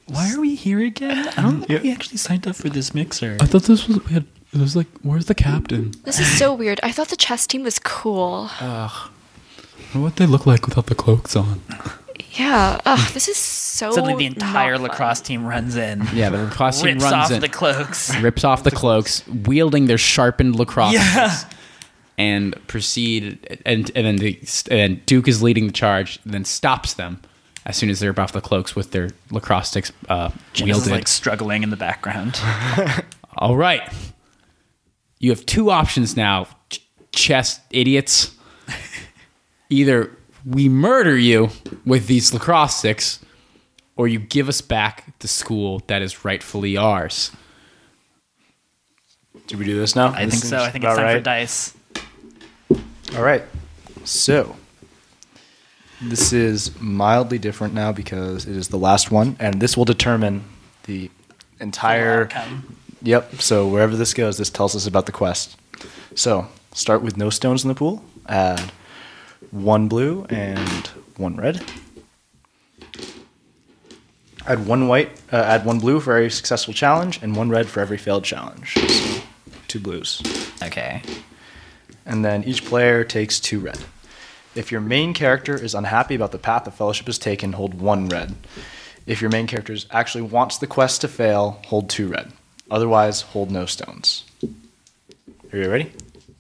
Speaker 5: Why are we here again? I don't think we actually signed up for this mixer.
Speaker 2: I thought this was we had. It was like, where's the captain?
Speaker 4: This is so weird. I thought the chess team was cool.
Speaker 5: Uh,
Speaker 2: I wonder what they look like without the cloaks on.
Speaker 4: Yeah. Ugh, this is so
Speaker 5: Suddenly, the entire
Speaker 4: not fun.
Speaker 5: lacrosse team runs in,
Speaker 3: Yeah, the lacrosse team
Speaker 5: rips
Speaker 3: runs
Speaker 5: off
Speaker 3: in,
Speaker 5: the cloaks.
Speaker 3: rips off the cloaks, wielding their sharpened lacrosse.
Speaker 5: Yeah.
Speaker 3: sticks, And proceed, and and then the, and Duke is leading the charge, then stops them as soon as they rip off the cloaks with their lacrosse sticks uh,
Speaker 5: Janice
Speaker 3: wielded.
Speaker 5: is like struggling in the background.
Speaker 3: All right. You have two options now, ch- chess idiots. Either we murder you with these lacrosse sticks, or you give us back the school that is rightfully ours.
Speaker 1: Do we do this now?
Speaker 5: I
Speaker 1: This
Speaker 5: think
Speaker 1: seems
Speaker 5: so. I think it's
Speaker 1: about
Speaker 5: time for
Speaker 1: right.
Speaker 5: dice.
Speaker 1: All right. So this is mildly different now because it is the last one, and this will determine the entire.
Speaker 5: Outcome.
Speaker 1: Yep. So wherever this goes, this tells us about the quest. So start with no stones in the pool. Add one blue and one red. Add one white. Uh, add one blue for every successful challenge, and one red for every failed challenge. So two blues
Speaker 5: Okay.
Speaker 1: and then each player takes two red. If your main character is unhappy about the path the Fellowship has taken, hold one red. If your main character is- actually wants the quest to fail, hold two red. Otherwise, hold no stones. Are you ready?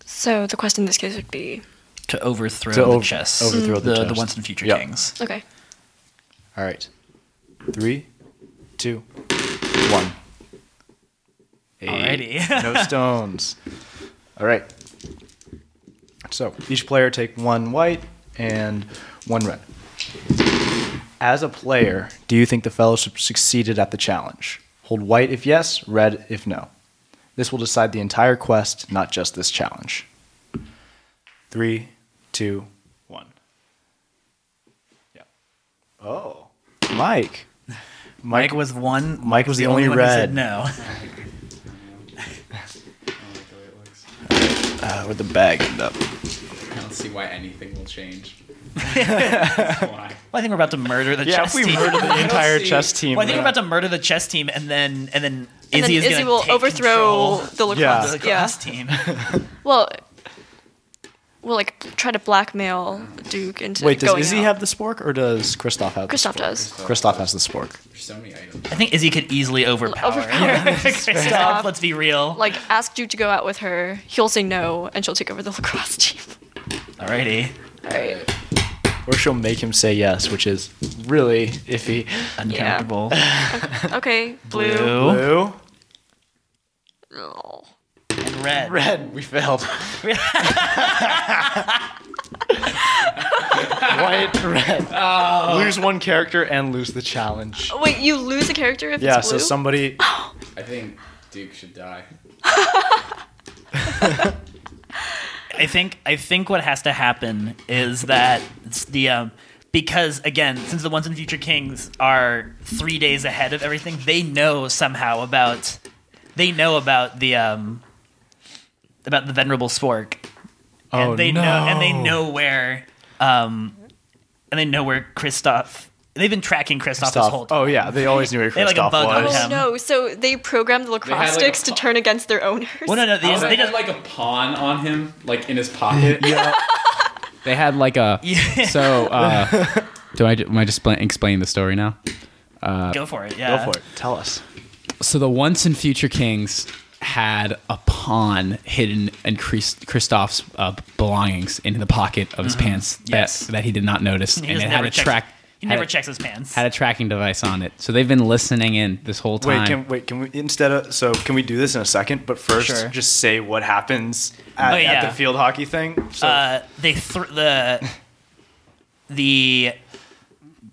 Speaker 4: So the question in this case would be
Speaker 5: To overthrow
Speaker 1: To
Speaker 5: the
Speaker 1: ov-
Speaker 5: chess,
Speaker 1: overthrow the
Speaker 5: the,
Speaker 1: chess.
Speaker 5: once and future
Speaker 1: Yep.
Speaker 5: kings.
Speaker 4: okay.
Speaker 1: All right. Three, two, one. Hey,
Speaker 5: Alrighty.
Speaker 1: no stones. All right. So each player take one white and one red. As a player, do you think the fellowship succeeded at the challenge? Hold white if yes, red if no. This will decide the entire quest, not just this challenge. Three, two, one. Yeah. Oh, Mike.
Speaker 5: Mike was one.
Speaker 1: Mike was the only
Speaker 5: one who
Speaker 1: red.
Speaker 5: said No.
Speaker 1: Uh, where'd the bag end up?
Speaker 3: I don't see why anything will change.
Speaker 5: Well, I think we're about to murder the
Speaker 1: Yeah,
Speaker 5: chess
Speaker 1: if we
Speaker 5: team.
Speaker 1: murder the entire chess team.
Speaker 5: Well, I think we're about to murder the chess team and then and then
Speaker 4: and then
Speaker 5: is
Speaker 4: Izzy
Speaker 5: gonna
Speaker 4: will
Speaker 5: take
Speaker 4: overthrow
Speaker 5: control
Speaker 4: the
Speaker 1: Yeah.
Speaker 4: lacrosse.
Speaker 5: of the
Speaker 4: yeah.
Speaker 5: lacrosse team.
Speaker 4: Well, we'll like try to blackmail Duke into
Speaker 1: Wait, does
Speaker 4: going
Speaker 1: Izzy
Speaker 4: out.
Speaker 1: have the spork or does Kristoff have the
Speaker 4: Kristoff
Speaker 1: spork?
Speaker 4: does.
Speaker 1: Kristoff has the spork.
Speaker 3: There's so many items.
Speaker 5: I think Izzy could easily overpower,
Speaker 4: Overpower.
Speaker 5: Kristoff. Let's be real.
Speaker 4: Like ask Duke to go out with her. He'll say no, and she'll take over the lacrosse team.
Speaker 5: Alrighty,
Speaker 4: All right.
Speaker 1: Or she'll make him say yes, which is really iffy.
Speaker 5: uncomfortable.
Speaker 4: Okay. Blue.
Speaker 5: Blue,
Speaker 1: Blue.
Speaker 4: Oh.
Speaker 5: and red.
Speaker 1: Red, we failed. White, red.
Speaker 5: Oh.
Speaker 1: Lose one character and lose the challenge.
Speaker 4: Wait, you lose a character if
Speaker 1: Yeah,
Speaker 4: Oh, it's blue.
Speaker 1: so somebody.
Speaker 3: I think Duke should die.
Speaker 5: I think I think what has to happen is that it's the um, because again, since the ones in Future Kings are three days ahead of everything, they know somehow about they know about the um, about the venerable spork, and
Speaker 2: Oh,
Speaker 5: they know and they
Speaker 2: no.
Speaker 5: know where um, and they know where Kristoff. They've been tracking Kristoff this whole
Speaker 1: Stop.
Speaker 5: time.
Speaker 1: Oh, yeah, they always knew where
Speaker 5: They like a
Speaker 1: Kristoff
Speaker 5: bug on
Speaker 1: was.
Speaker 5: him.
Speaker 4: Oh no! So they programmed the
Speaker 3: had,
Speaker 4: lacrosse
Speaker 3: like,
Speaker 4: sticks
Speaker 3: a
Speaker 4: to
Speaker 3: pu-
Speaker 4: turn against their owners.
Speaker 5: Well, no, no, they, they just
Speaker 3: like a pawn on him, like in his pocket.
Speaker 1: Yeah.
Speaker 3: They had like a.
Speaker 5: Yeah.
Speaker 3: So, uh, do I? Am I just explain, explaining the story now?
Speaker 5: go for it. Yeah,
Speaker 1: Go for it. Tell us.
Speaker 3: So the once and future kings had a pawn hidden in Chris- Christoph's uh, belongings in the pocket of his pants that,
Speaker 5: Mm-hmm. Yes.
Speaker 3: that he did not notice,
Speaker 5: He
Speaker 3: and
Speaker 5: just
Speaker 3: it had
Speaker 5: never
Speaker 3: a
Speaker 5: checks.
Speaker 3: track.
Speaker 5: he
Speaker 3: had
Speaker 5: never
Speaker 3: a-
Speaker 5: checks his pants.
Speaker 3: Had a tracking device on it, so they've been listening in this whole time.
Speaker 1: Wait, can wait, can we instead of so can we do this in a second? But first,
Speaker 5: Sure.
Speaker 1: just say what happens at,
Speaker 5: Oh,
Speaker 1: at
Speaker 5: yeah.
Speaker 1: the field hockey thing. So
Speaker 5: uh, they thr the the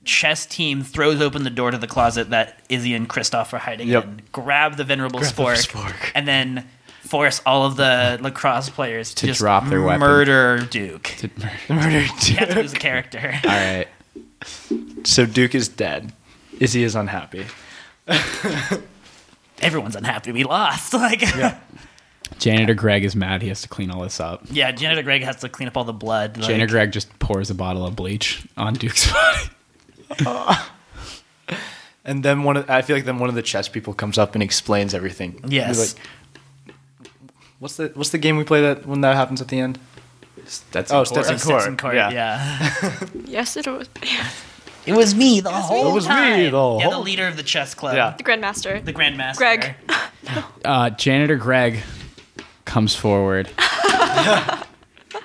Speaker 5: chess team throws open the door to the closet that Izzy and Kristoff are hiding
Speaker 1: Yep.
Speaker 5: in, grab the venerable
Speaker 1: the
Speaker 5: spork,
Speaker 1: spork.
Speaker 5: and then force all of the lacrosse players to
Speaker 3: To
Speaker 5: just
Speaker 3: drop their weapon.
Speaker 5: murder Duke.
Speaker 3: Did-
Speaker 1: murder
Speaker 5: He has to
Speaker 1: Duke.
Speaker 5: lose a character.
Speaker 3: All right.
Speaker 1: So Duke is dead. Izzy is unhappy.
Speaker 5: Everyone's unhappy. We lost. Like, yeah,
Speaker 3: Janitor Greg is mad. He has to clean all this up.
Speaker 5: Janitor Greg has to clean up all the blood. Like,
Speaker 3: Janitor Greg just pours a bottle of bleach on Duke's body.
Speaker 1: And then one of I feel like then one of the chess people comes up and explains everything. They're
Speaker 5: Yes.
Speaker 1: like, what's the what's the game we play that when that happens at the end?
Speaker 3: That's
Speaker 1: Oh, Stetson
Speaker 5: Oh, Stetson
Speaker 1: Court,
Speaker 5: Court,
Speaker 1: yeah.
Speaker 5: yeah.
Speaker 4: Yes, it was. Yeah.
Speaker 5: It was me the whole
Speaker 1: It was me
Speaker 5: time.
Speaker 1: the
Speaker 5: yeah, the
Speaker 1: whole-
Speaker 5: leader of the chess club.
Speaker 1: Yeah.
Speaker 4: The Grandmaster.
Speaker 5: The Grandmaster.
Speaker 4: Greg.
Speaker 3: uh, janitor Greg comes forward,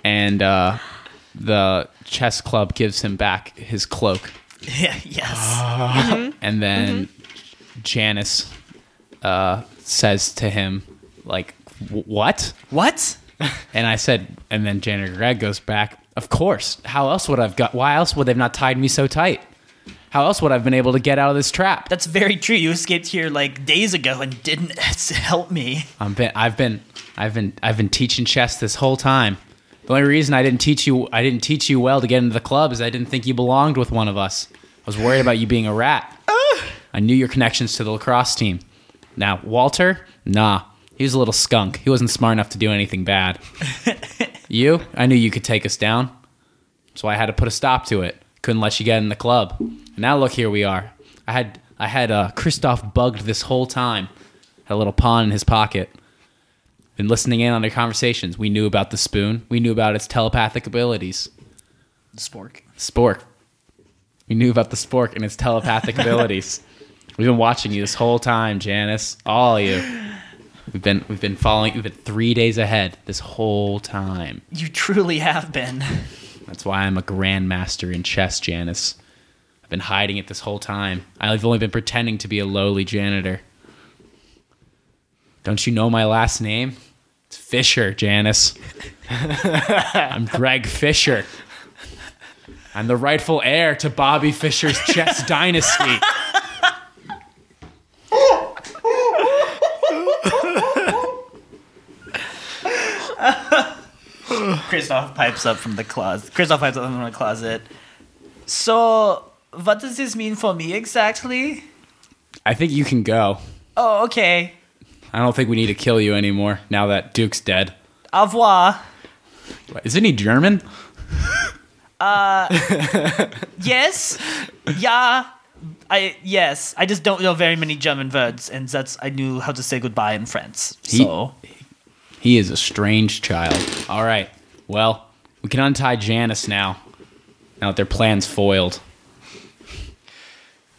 Speaker 3: and uh, the chess club gives him back his cloak,
Speaker 5: Yeah, yes.
Speaker 3: and then Janice uh, says to him, "Like "Wh- what?"
Speaker 5: what?
Speaker 3: And I said, and then janitor Greg goes back. Of course. How else would I've got? Why else would they've not tied me so tight? How else would I've been able to get out of this trap?
Speaker 5: That's very true. You escaped here like days ago and didn't help me.
Speaker 3: I'm been, I've been, I've been, I've been teaching chess this whole time. The only reason I didn't teach you, I didn't teach you well to get into the club is I didn't think you belonged with one of us. I was worried about you being a rat. I knew your connections to the lacrosse team. Now Walter, nah, he was a little skunk. He wasn't smart enough to do anything bad. you, I knew you could take us down, so I had to put a stop to it. Couldn't let you get in the club. And now look, here we are. I had, I had uh, Christoph bugged this whole time. Had a little pawn in his pocket been listening in on their conversations. We knew about the spoon. We knew about its telepathic abilities.
Speaker 5: Spork.
Speaker 3: Spork. We knew about the spork and its telepathic abilities. We've been watching you this whole time, Janice. All of you. We've been we've been following you've been three days ahead this whole time.
Speaker 5: You truly have been.
Speaker 3: That's why I'm a grandmaster in chess, Janice. I've been hiding it this whole time. I've only been pretending to be a lowly janitor. Don't you know my last name? It's Fisher, Janice. I'm Greg Fisher. I'm the rightful heir to Bobby Fisher's chess dynasty.
Speaker 5: Kristoff pipes up from the closet. Kristoff pipes up from the closet. So, what does this mean for me exactly?
Speaker 3: I think you can go.
Speaker 5: Oh, okay.
Speaker 3: I don't think we need to kill you anymore now that Duke's dead.
Speaker 5: Au revoir.
Speaker 3: Isn't he German?
Speaker 5: Yes. Yeah. I yes, I just don't know very many German words, and that's I knew how to say goodbye in French.
Speaker 3: He-
Speaker 5: So
Speaker 3: He is a strange child. All right. Well, we can untie Janice now. Now that their plan's foiled.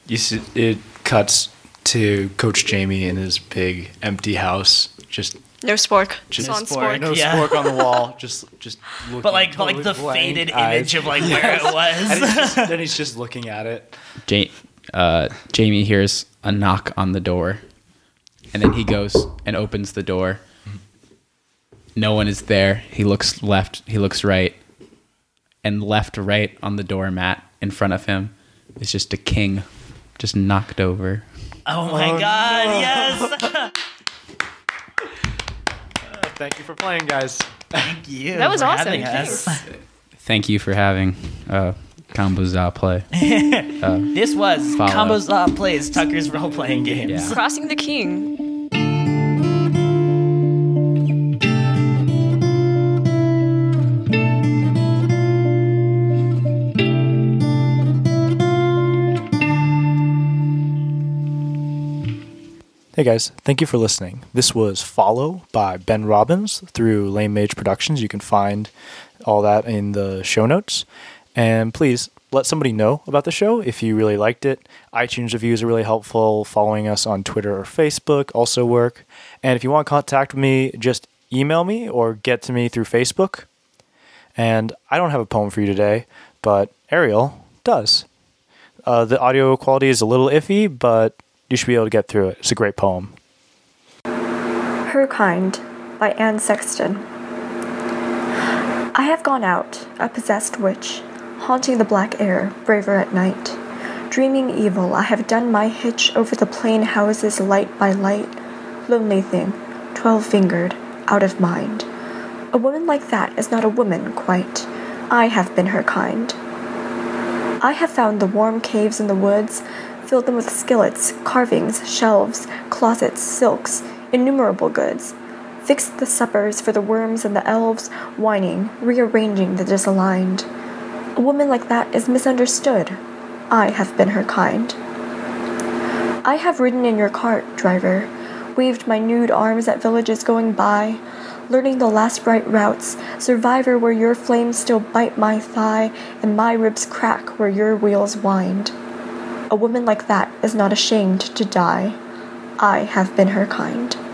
Speaker 1: You see, it cuts to Coach Jamie in his big empty house, just
Speaker 4: No spork.
Speaker 1: Just
Speaker 4: Just on
Speaker 5: spork.
Speaker 4: spork.
Speaker 1: no
Speaker 5: Yeah.
Speaker 1: spork on the wall, just just. Looking,
Speaker 5: but like, but like the
Speaker 1: totally blank
Speaker 5: faded
Speaker 1: eyes.
Speaker 5: image of like where it
Speaker 1: And
Speaker 5: was.
Speaker 1: he's just, then he's just looking at it.
Speaker 3: Ja- uh, Jamie hears a knock on the door, and then he goes and opens the door. No one is there. He looks left, he looks right, and left to right on the doormat in front of him is just a king, just knocked over.
Speaker 5: oh my god! Yes,
Speaker 1: Thank you for playing, guys.
Speaker 5: thank you.
Speaker 4: That was
Speaker 5: for
Speaker 4: awesome.
Speaker 5: having us.
Speaker 3: Thank you for having uh, Combo Za play.
Speaker 5: This was
Speaker 3: Follow.
Speaker 5: combos uh, plays Tucker's role playing games.
Speaker 3: Yeah.
Speaker 4: Crossing the king.
Speaker 1: Hey guys, thank you for listening. This was Follow by Ben Robbins through Lame Mage Productions. You can find all that in the show notes. And please let somebody know about the show if you really liked it. iTunes reviews are really helpful. Following us on Twitter or Facebook also work. And if you want to contact me, just email me or get to me through Facebook. And I don't have a poem for you today, but Ariel does. Uh, the audio quality is a little iffy, but you should be able to get through it. It's a great poem.
Speaker 6: Her Kind by Anne Sexton. I have gone out, a possessed witch, haunting the black air, braver at night. Dreaming evil, I have done my hitch over the plain houses light by light. Lonely thing, twelve fingered, out of mind. A woman like that is not a woman quite. I have been her kind. I have found the warm caves in the woods, filled them with skillets, carvings, shelves, closets, silks, innumerable goods. Fixed the suppers for the worms and the elves, whining, rearranging the disaligned. A woman like that is misunderstood. I have been her kind. I have ridden in your cart, driver, waved my nude arms at villages going by, learning the last bright routes, survivor where your flames still bite my thigh and my ribs crack where your wheels wind. A woman like that is not ashamed to die. I have been her kind.